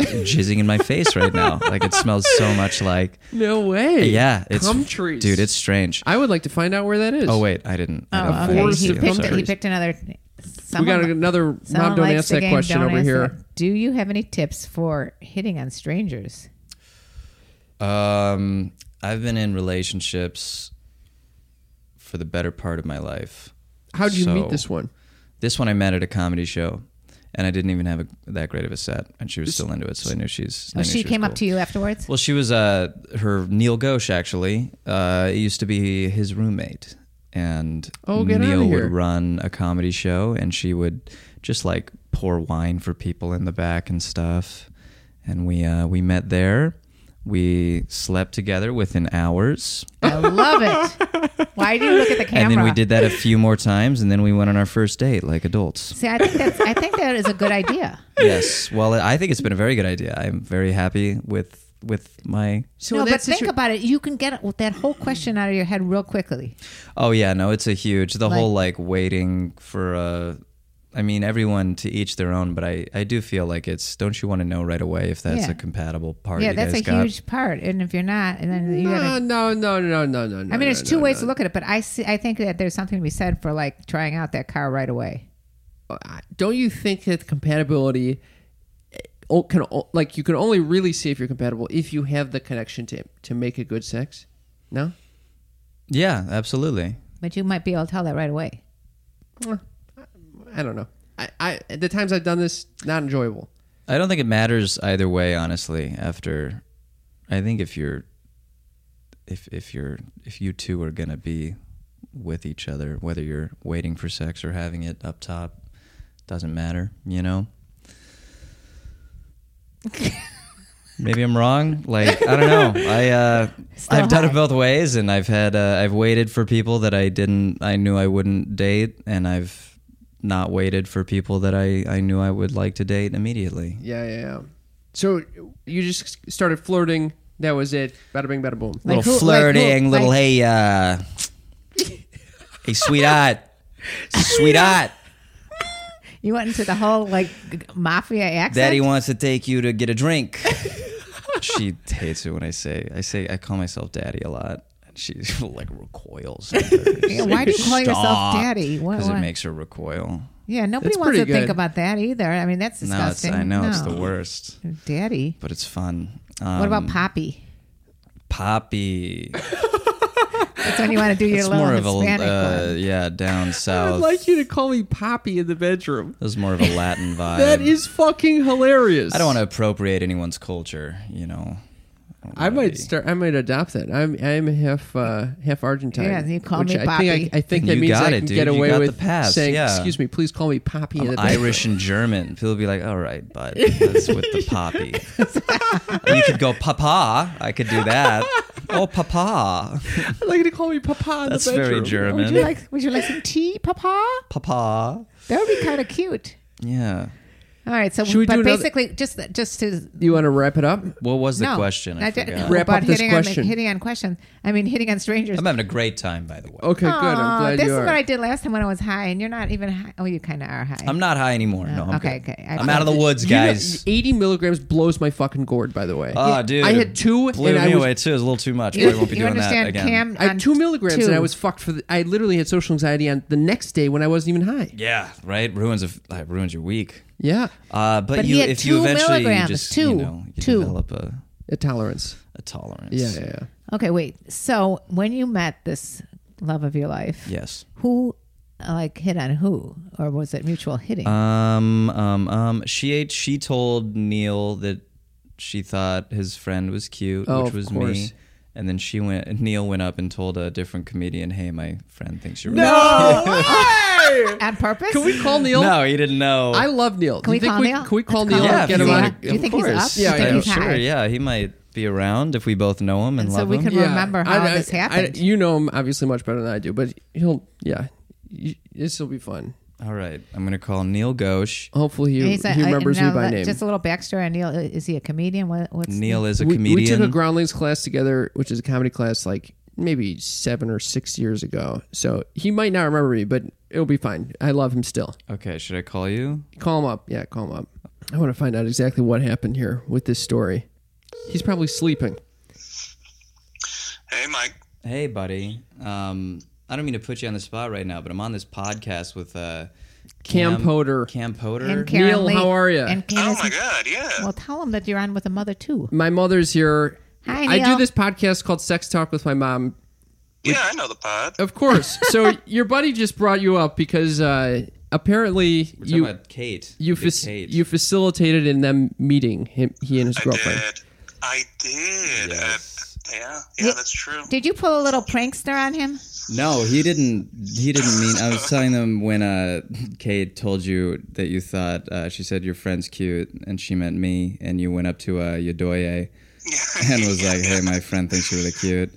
Speaker 4: jizzing in my face
Speaker 2: <laughs>
Speaker 4: right now? Like it smells so much like.
Speaker 1: No way.
Speaker 4: Yeah. It's,
Speaker 1: Cum trees.
Speaker 4: Dude, it's strange.
Speaker 1: I would like to find out where that is.
Speaker 4: oh, wait. I didn't. I
Speaker 2: Oh,
Speaker 4: don't
Speaker 2: okay.
Speaker 4: think I
Speaker 1: Forest
Speaker 2: He
Speaker 4: see
Speaker 1: of
Speaker 4: it.
Speaker 1: cum
Speaker 2: picked,
Speaker 4: Sorry.
Speaker 2: he
Speaker 1: trees.
Speaker 2: picked another.
Speaker 1: we
Speaker 2: Someone,
Speaker 1: got anher
Speaker 2: someone
Speaker 1: mom don't
Speaker 2: likes
Speaker 1: ask
Speaker 2: the
Speaker 1: that
Speaker 2: game,
Speaker 1: question
Speaker 2: don't
Speaker 1: over
Speaker 2: ask
Speaker 1: here.
Speaker 2: that. Do you have any tips for hitting on strangers?
Speaker 4: <laughs> Um, I've been in relationships for the better part of my life.
Speaker 1: How did you meet
Speaker 4: So-
Speaker 1: this one?
Speaker 4: This one I met at a comedy show, and I didn't even have a, that great of a set, and she was still into it, so I knew she's. I
Speaker 2: Well,
Speaker 4: knew
Speaker 2: Oh, she
Speaker 4: was
Speaker 2: came up
Speaker 4: cool.
Speaker 2: to you afterwards.
Speaker 4: Well, she was uh, her Neil Ghosh actually. Uh, it used to be his roommate, and
Speaker 1: Oh, get outta
Speaker 4: Neil
Speaker 1: here.
Speaker 4: would run a comedy show, and she would just like pour wine for people in the back and stuff. And we uh, we met there. We slept together within hours,
Speaker 2: I love it. Why do you look at the camera?
Speaker 4: and then we did that a few more times, and then we went on our first date like adults.
Speaker 2: See, I think that's. I think that is a good idea.
Speaker 4: yes. Well, I think it's been a very good idea. I'm very happy with with my.
Speaker 1: So
Speaker 2: no,
Speaker 1: in
Speaker 2: but
Speaker 1: that
Speaker 2: think
Speaker 1: situ-
Speaker 2: about it. You can get that whole question out of your head real quickly.
Speaker 4: Oh yeah, no, it's a huge. The whole like waiting for a I mean, everyone to each their own, but I, I do feel like it's, don't you want to know right away if that's
Speaker 2: Yeah.
Speaker 4: a compatible part
Speaker 2: yeah,
Speaker 4: you
Speaker 2: that's a
Speaker 4: guys got?
Speaker 2: huge part. And if you're not, and then you gotta
Speaker 1: No, no, no, no, no, no, no.
Speaker 2: I mean, there's
Speaker 1: no,
Speaker 2: two
Speaker 1: no,
Speaker 2: ways
Speaker 1: no.
Speaker 2: to look at it, but I see, I think that there's something to be said for like trying out that car right away.
Speaker 1: I- Uh, don't you think that compatibility eh, o- can o- like you can only really see if you're compatible if you have the connection to to make a good sex? No,
Speaker 4: yeah, absolutely.
Speaker 2: But you might be able to tell that right away.
Speaker 1: I don't know. I, I the times I've done this not enjoyable.
Speaker 4: I don't think it matters either way, honestly. After, I think if you're, if if you're if you two are gonna be with each other, whether you're waiting for sex or having it up top, doesn't matter. You know. Maybe I'm wrong. Like I don't know. I uh,
Speaker 2: Still
Speaker 4: I've done
Speaker 2: high.
Speaker 4: it both ways, and I've had uh, I've waited for people that I didn't I knew I wouldn't date, and I've not waited for people that I I knew I would like to date immediately.
Speaker 1: Yeah, yeah. yeah. So you just started flirting. That was it. Bada bing, bada boom.
Speaker 2: Like
Speaker 4: little
Speaker 2: who- like who-
Speaker 4: flirting, little
Speaker 2: like-
Speaker 4: hey, uh, hey, sweetheart,
Speaker 2: <laughs>
Speaker 4: sweetheart.
Speaker 2: You went into the whole like g- mafia accent.
Speaker 4: Daddy wants to take you to get a drink. she hates it when I say I say I call myself daddy a lot. and She <laughs> like recoils.
Speaker 2: why do you call yourself daddy? What-
Speaker 4: Because it
Speaker 2: why?
Speaker 4: makes her recoil.
Speaker 2: yeah, nobody
Speaker 1: That's
Speaker 2: wants to
Speaker 1: pretty
Speaker 2: think
Speaker 1: good.
Speaker 2: about that either. I mean, that's
Speaker 4: No, it's,
Speaker 2: disgusting.
Speaker 4: I know it's the
Speaker 2: No.
Speaker 4: worst,
Speaker 2: Daddy.
Speaker 4: but it's fun. Um,
Speaker 2: What about Poppy?
Speaker 4: Poppy?
Speaker 2: That's when you want to do your
Speaker 4: It's
Speaker 2: little
Speaker 4: more of a
Speaker 2: Hispanic
Speaker 4: uh,
Speaker 2: one. <laughs>
Speaker 4: yeah down
Speaker 1: I'd
Speaker 4: south.
Speaker 1: like you to call me Poppy in the bedroom.
Speaker 4: it was more of a Latin
Speaker 2: <laughs>
Speaker 4: vibe.
Speaker 1: That is fucking hilarious.
Speaker 4: I don't want to appropriate anyone's culture, you know.
Speaker 1: I might start. I might adopt that. I'm I'm half uh, half Argentine.
Speaker 2: Yeah, you call
Speaker 1: which
Speaker 2: me
Speaker 1: I think
Speaker 2: Poppy.
Speaker 1: I, I think that
Speaker 4: You
Speaker 1: means
Speaker 4: got
Speaker 1: I
Speaker 4: it,
Speaker 1: can
Speaker 4: dude.
Speaker 1: get
Speaker 4: You
Speaker 1: away
Speaker 4: got the
Speaker 1: with
Speaker 4: pass,
Speaker 1: saying,
Speaker 4: yeah.
Speaker 1: "Excuse me, please call me Poppy." in the bedroom."
Speaker 4: <laughs> Irish and German. People be like, all right, bud, that's with the
Speaker 2: <laughs>
Speaker 4: poppy. you could go, papa. I could do that. Oh, papa.
Speaker 1: I'd <laughs> like you to call me Papa. In
Speaker 4: That's
Speaker 1: the bedroom.
Speaker 4: very
Speaker 2: Would you
Speaker 4: German.
Speaker 2: like Would you like some tea, Papa?
Speaker 4: Papa.
Speaker 2: That would be kind of cute.
Speaker 4: Yeah.
Speaker 2: All right, so
Speaker 1: Should we
Speaker 2: but
Speaker 1: do another-
Speaker 2: basically, just just to
Speaker 1: You want to wrap it up?
Speaker 4: What was the
Speaker 2: no
Speaker 4: question? I
Speaker 2: not ju-
Speaker 4: forgot.
Speaker 1: Wrap
Speaker 2: about
Speaker 1: up this
Speaker 2: hitting
Speaker 1: question.
Speaker 2: on hitting on questions. I mean, hitting on strangers.
Speaker 4: I'm having a great time, by the way.
Speaker 1: Okay, good.
Speaker 2: Aw,
Speaker 1: I'm glad
Speaker 2: this
Speaker 1: you
Speaker 2: is
Speaker 1: are.
Speaker 2: what I did last time when I was high, and you're not even high. Oh, you kind of are high.
Speaker 4: I'm not high anymore. No, I'm
Speaker 2: Okay,
Speaker 4: good.
Speaker 2: okay. I-
Speaker 4: I'm out of the woods,
Speaker 1: You know,
Speaker 4: guys.
Speaker 1: 80 milligrams blows my fucking gourd. By the way,
Speaker 4: Oh, dude.
Speaker 1: I had two,
Speaker 4: Blew
Speaker 1: and
Speaker 4: me
Speaker 1: I was-
Speaker 4: away, too. It was a little too much.
Speaker 2: You,
Speaker 4: Probably won't be
Speaker 2: you
Speaker 4: doing
Speaker 2: understand,
Speaker 4: that again.
Speaker 2: Cam?
Speaker 1: I had
Speaker 2: on
Speaker 1: two milligrams,
Speaker 2: two.
Speaker 1: and I was fucked for. The, I literally had social anxiety on the next day when I wasn't even high.
Speaker 4: yeah, right? Ruins of, uh, ruins your week.
Speaker 1: Yeah,
Speaker 4: Uh, but
Speaker 2: But
Speaker 4: you,
Speaker 2: he had
Speaker 4: if you
Speaker 2: two
Speaker 4: eventually you
Speaker 2: milligrams,
Speaker 4: just,
Speaker 2: two,
Speaker 4: you know, you
Speaker 2: two.
Speaker 4: develop a,
Speaker 1: a tolerance.
Speaker 4: a tolerance.
Speaker 1: Yeah, yeah, yeah.
Speaker 2: Okay, wait. So when you met this love of your life,
Speaker 4: Yes.
Speaker 2: who uh, like hit on who, or was it mutual hitting?
Speaker 4: Um, um, um. She ate, she told Neil that she thought his friend was cute,
Speaker 1: Oh,
Speaker 4: which
Speaker 1: of
Speaker 4: was
Speaker 1: course.
Speaker 4: me. And then she went. and Neil went up and told a different comedian, "Hey, my friend thinks you're
Speaker 1: No way!
Speaker 2: on purpose?
Speaker 1: Can we call Neil?
Speaker 4: no, he didn't know.
Speaker 1: I love Neil.
Speaker 2: Can we
Speaker 1: you think
Speaker 2: call
Speaker 1: we,
Speaker 2: Neil?
Speaker 1: Can we call
Speaker 2: Let's
Speaker 1: Neil
Speaker 2: call
Speaker 1: and
Speaker 2: him.
Speaker 1: get him
Speaker 2: Yeah.
Speaker 1: on?
Speaker 4: of
Speaker 1: a-
Speaker 2: You think he's
Speaker 4: course.
Speaker 2: up? You
Speaker 1: Yeah, think
Speaker 4: I'm
Speaker 1: he's
Speaker 2: high?
Speaker 4: sure. Yeah, he might be around if we both know him and,
Speaker 2: And so
Speaker 4: love
Speaker 2: we
Speaker 4: him.
Speaker 2: can- remember how this happened.
Speaker 1: you know him obviously much better than I do, but he'll. Yeah, You- this will be fun.
Speaker 4: All right, I'm gonna call Neil Ghosh.
Speaker 1: Hopefully,
Speaker 2: And
Speaker 1: he,
Speaker 2: he's a-
Speaker 1: he
Speaker 2: I-
Speaker 1: remembers
Speaker 2: now
Speaker 1: me by
Speaker 2: let-
Speaker 1: name.
Speaker 2: Just a little backstory on Neil. Is he a comedian? What, what's
Speaker 4: Neil is a
Speaker 1: we,
Speaker 4: comedian.
Speaker 1: we took a groundlings class together, which is a comedy class, like maybe seven or six years ago. So he might not remember me, but it'll be fine. I love him still.
Speaker 4: okay, should I call you?
Speaker 1: Call him up. Yeah, call him up. I want to find out exactly what happened here with this story. He's probably sleeping.
Speaker 5: Hey, Mike.
Speaker 4: Hey, buddy. Um, I don't mean to put you on the spot right now, but I'm on this podcast with uh,
Speaker 1: Cam, Potter.
Speaker 4: Cam Poder.
Speaker 2: And Karen
Speaker 1: Neil,
Speaker 2: Lee
Speaker 1: how are ya?
Speaker 2: And Karen
Speaker 5: Oh
Speaker 2: is-
Speaker 5: my God, yeah.
Speaker 2: Well, tell him that you're on with a mother too.
Speaker 1: My mother's here.
Speaker 2: Hi,
Speaker 1: I do
Speaker 2: Neil.
Speaker 1: this podcast called Sex Talk with my mom.
Speaker 5: yeah, I know the pod.
Speaker 1: Of
Speaker 2: <laughs>
Speaker 1: course. so your buddy just brought you up because uh, apparently
Speaker 4: We're talking
Speaker 1: you
Speaker 4: about Kate.
Speaker 1: you
Speaker 4: Big
Speaker 1: fac-
Speaker 4: Kate.
Speaker 1: you facilitated in them meeting him he and his
Speaker 5: I
Speaker 1: <laughs> girlfriend.
Speaker 5: did. I did.
Speaker 4: Yes.
Speaker 5: Uh, yeah, yeah, that's true.
Speaker 2: Did you pull a little prankster on him?
Speaker 4: No, he didn't. He didn't mean. I was telling them when uh, Kate told you that you thought uh, she said your friend's cute, and she meant me, and you went up to uh, Yodoye and was like, "Hey, my friend thinks you're really cute,"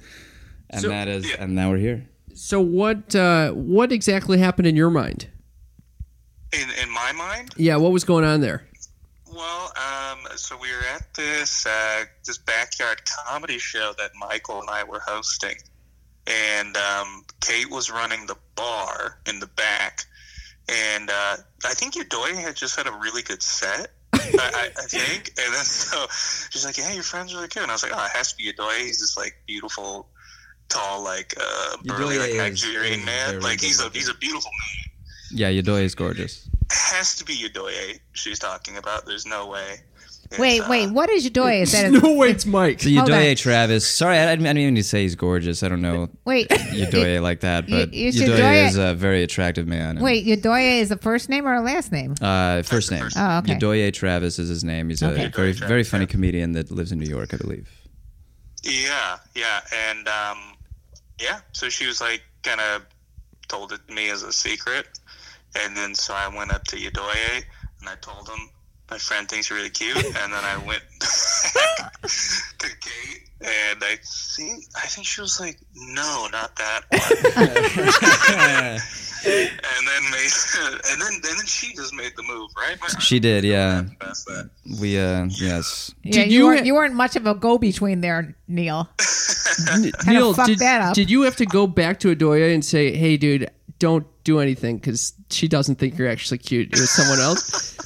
Speaker 4: and that is, and now we're here.
Speaker 1: So what uh, what exactly happened in your mind?
Speaker 5: <laughs> In, in my mind,
Speaker 1: Yeah, what was going on there?
Speaker 5: well, um, so we were at this uh, this backyard comedy show that Michael and I were hosting, and um, Kate was running the bar in the back, and uh, I think Udoy had just had a really good set. I,
Speaker 6: <laughs>
Speaker 5: I I think, and then so she's like, "Yeah, your friend's really cute," and I was like, "Oh, it has to be Udoy. He's this like beautiful, tall, like uh, burly,
Speaker 6: Udoy
Speaker 5: like
Speaker 6: is-
Speaker 5: Nigerian
Speaker 6: is
Speaker 5: man.
Speaker 6: very
Speaker 5: Like he's a
Speaker 6: good-looking.
Speaker 5: he's a beautiful man.
Speaker 4: Yeah, Yadoy is gorgeous.
Speaker 5: has to be Udoye she's talking about. There's no way." It's,
Speaker 2: Wait,
Speaker 5: uh,
Speaker 2: wait. What is Udoy? Is that a,
Speaker 1: no way, it's <laughs> Mike.
Speaker 4: So
Speaker 2: Hold
Speaker 4: Yadoy
Speaker 2: on.
Speaker 4: Travis. Sorry, I, I didn't even need to say he's gorgeous. I don't know
Speaker 2: wait?
Speaker 4: Yadoy like that,
Speaker 2: you-
Speaker 4: but
Speaker 2: you
Speaker 4: Yadoy,
Speaker 2: should Yadoye-
Speaker 4: is a very attractive man. and,
Speaker 2: Wait, Udoy is a first name or a last name?
Speaker 4: Uh, first name.
Speaker 2: Oh, okay.
Speaker 4: Yadoye Travis is his name. He's
Speaker 2: Okay.
Speaker 4: a very,
Speaker 5: Yadoye Travis,
Speaker 4: very funny
Speaker 5: yeah.
Speaker 4: comedian that lives in New York, I believe.
Speaker 5: Yeah, yeah, and um, yeah. So she was like, kind of told it to me as a secret, and then so I went up to Yadoye and I told him my friend thinks you're really cute, and then I went <laughs> back to Kate, and I think I think she was like, no, not that one, and then made, <laughs> and then and then she just made the move, right? But
Speaker 4: She did, yeah.
Speaker 5: that's that.
Speaker 4: We, uh, <laughs> yes.
Speaker 2: Yeah,
Speaker 1: Did
Speaker 2: you,
Speaker 1: you-
Speaker 2: weren't, you weren't much of a go between there, Neil.
Speaker 1: Neil,
Speaker 2: fucked
Speaker 1: did,
Speaker 2: that up.
Speaker 1: did you have to go back to Adoya and say, "Hey, dude, don't do anything because she doesn't think you're actually cute. You're someone
Speaker 4: <laughs>
Speaker 1: else."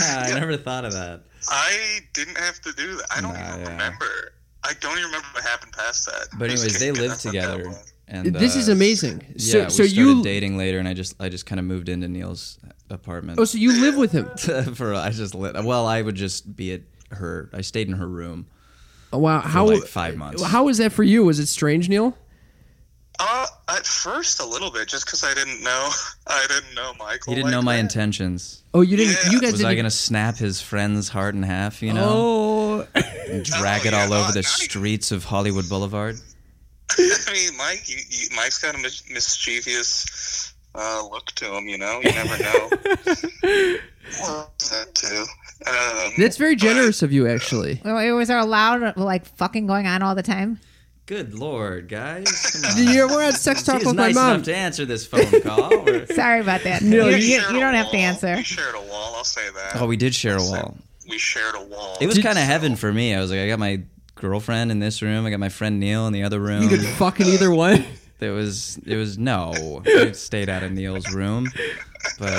Speaker 6: I never thought of that.
Speaker 5: I didn't have to do that. I don't even
Speaker 4: yeah.
Speaker 5: remember. I don't even remember what happened past that.
Speaker 4: But
Speaker 5: Just
Speaker 4: anyways, they
Speaker 5: kidding.
Speaker 4: lived
Speaker 5: That's <laughs> not that
Speaker 4: together.
Speaker 5: long.
Speaker 4: And,
Speaker 1: this
Speaker 4: uh,
Speaker 1: is amazing. So,
Speaker 4: Yeah, we
Speaker 1: so
Speaker 4: started
Speaker 1: you
Speaker 4: dating later, and I just I just kind of moved into Neil's apartment.
Speaker 1: oh, so you live with him?
Speaker 4: <laughs> for I just lit. Well, I would just be at her. I stayed in her room
Speaker 1: Oh, Wow,
Speaker 4: for
Speaker 1: how
Speaker 4: like five months.
Speaker 1: how is that for you? Was it strange, Neil?
Speaker 5: Uh, at first, a little bit, just because I didn't know. <laughs> I didn't know Michael.
Speaker 4: he didn't
Speaker 5: like
Speaker 4: know my
Speaker 5: that.
Speaker 4: intentions.
Speaker 1: Oh, you didn't.
Speaker 5: Yeah.
Speaker 1: You guys
Speaker 4: Was
Speaker 1: didn't.
Speaker 4: I gonna snap his friend's heart in half? You know,
Speaker 1: oh,
Speaker 4: and drag
Speaker 5: Oh,
Speaker 4: it
Speaker 5: yeah,
Speaker 4: all over the
Speaker 5: no, not even-
Speaker 4: streets of Hollywood Boulevard?
Speaker 5: <laughs> I mean, Mike, you, you, Mike's got a mis- mischievous uh, look to him. You know, you never
Speaker 4: <laughs>
Speaker 5: know. Well, that too. Um,
Speaker 1: that's very generous of you, actually.
Speaker 2: Well, It was there loud, like fucking going on all the time.
Speaker 4: Good lord, guys!
Speaker 1: <laughs>
Speaker 4: Come on.
Speaker 1: Yeah, we're at sex talk
Speaker 4: She's
Speaker 1: with
Speaker 4: nice
Speaker 1: my mom.
Speaker 4: enough to answer this phone call.
Speaker 1: <laughs>
Speaker 4: We're- <laughs>
Speaker 2: Sorry about that.
Speaker 1: No,
Speaker 2: you,
Speaker 5: we
Speaker 2: you-
Speaker 5: shared
Speaker 2: you
Speaker 5: a
Speaker 2: don't have to
Speaker 5: wall.
Speaker 1: <laughs>
Speaker 2: answer.
Speaker 5: We shared a wall. I'll say that.
Speaker 4: oh, we did share a wall.
Speaker 5: we shared a wall.
Speaker 4: It was kind of heaven for me. I was like, I got my girlfriend in this room. I got my friend Neil in the other room.
Speaker 1: You could fucking either one. <laughs>
Speaker 4: There was it was no. I stayed out of Neil's room, but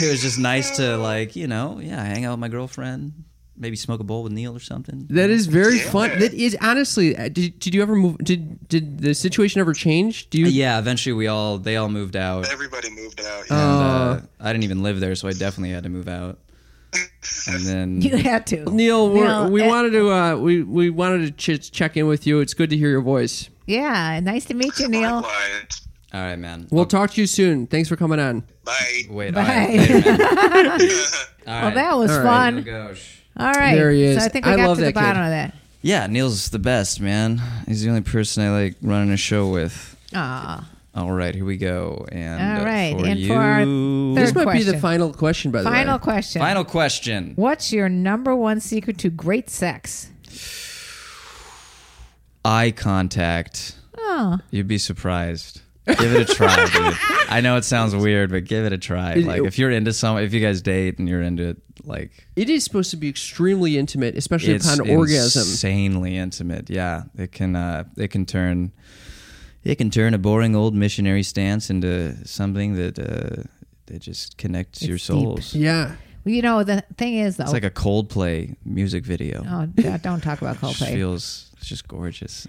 Speaker 4: it was just nice to like you know yeah hang out with my girlfriend, maybe smoke a bowl with Neil or something.
Speaker 1: That is very fun. That is honestly. uh, Did, did you ever move? Did did the situation ever change? Do you?
Speaker 4: Yeah, eventually we all they all moved out.
Speaker 5: Everybody moved out.
Speaker 4: And,
Speaker 5: yeah.
Speaker 4: uh, I didn't even live there, so I definitely had to move out. And then
Speaker 2: You had to.
Speaker 1: Neil, we're,
Speaker 2: Neil,
Speaker 1: we
Speaker 2: uh,
Speaker 1: wanted to uh, we we wanted to ch- check in with you. It's good to hear your voice.
Speaker 2: Yeah, nice to meet you, Neil.
Speaker 5: Likewise.
Speaker 4: all right, man. Oh,
Speaker 1: We'll talk to you soon. Thanks for coming on.
Speaker 5: Bye.
Speaker 4: Wait,
Speaker 2: Bye.
Speaker 4: all right, later, man.
Speaker 2: <laughs> Well,
Speaker 4: All
Speaker 5: <laughs>
Speaker 4: right.
Speaker 2: that was
Speaker 1: All right.
Speaker 4: Oh,
Speaker 2: fun.
Speaker 4: gosh.
Speaker 2: All right.
Speaker 1: There he is.
Speaker 2: So I think we
Speaker 1: I
Speaker 2: got
Speaker 1: love
Speaker 2: to the
Speaker 1: that kid.
Speaker 2: bottom of that.
Speaker 4: Yeah, Neil's the best, man. He's the only person I like running a show with.
Speaker 2: Aw.
Speaker 4: All right, here we go. And
Speaker 2: All
Speaker 4: uh,
Speaker 2: right,
Speaker 4: for
Speaker 2: and
Speaker 4: you,
Speaker 2: for our
Speaker 1: This might be the
Speaker 2: question.
Speaker 1: final question, by the way.
Speaker 2: Final question.
Speaker 4: <laughs> final question.
Speaker 2: What's your number one secret to great sex?
Speaker 4: eye contact.
Speaker 2: Oh,
Speaker 4: You'd be surprised. Give it a
Speaker 2: <laughs>
Speaker 4: try, dude. I know it sounds weird, but give it a try. Like if you're into some, if you guys date and you're into it, like
Speaker 1: It is supposed to be extremely intimate, especially
Speaker 4: it's
Speaker 1: upon orgasm.
Speaker 4: insanely intimate. Yeah, it can uh, it can turn it can turn a boring old missionary stance into something that uh, that just connects your souls.
Speaker 1: Yeah.
Speaker 2: well, you know the thing is though.
Speaker 4: It's like a Coldplay music video.
Speaker 2: oh, God, don't talk about
Speaker 4: It <laughs> just
Speaker 2: Coldplay.
Speaker 4: feels it's
Speaker 2: <laughs>
Speaker 4: just gorgeous.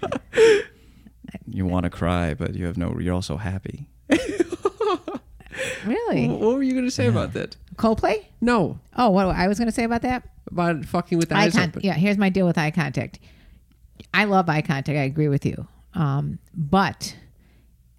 Speaker 4: you want to cry, but you have no. You're also happy.
Speaker 2: really,
Speaker 1: What were you going to say about that?
Speaker 2: Coldplay?
Speaker 1: No,
Speaker 2: Oh, what I was going to say about that.
Speaker 1: about fucking with the
Speaker 2: eye
Speaker 1: eyes
Speaker 2: con-
Speaker 1: open.
Speaker 2: yeah here's my deal with eye contact i love eye contact i agree with you um, but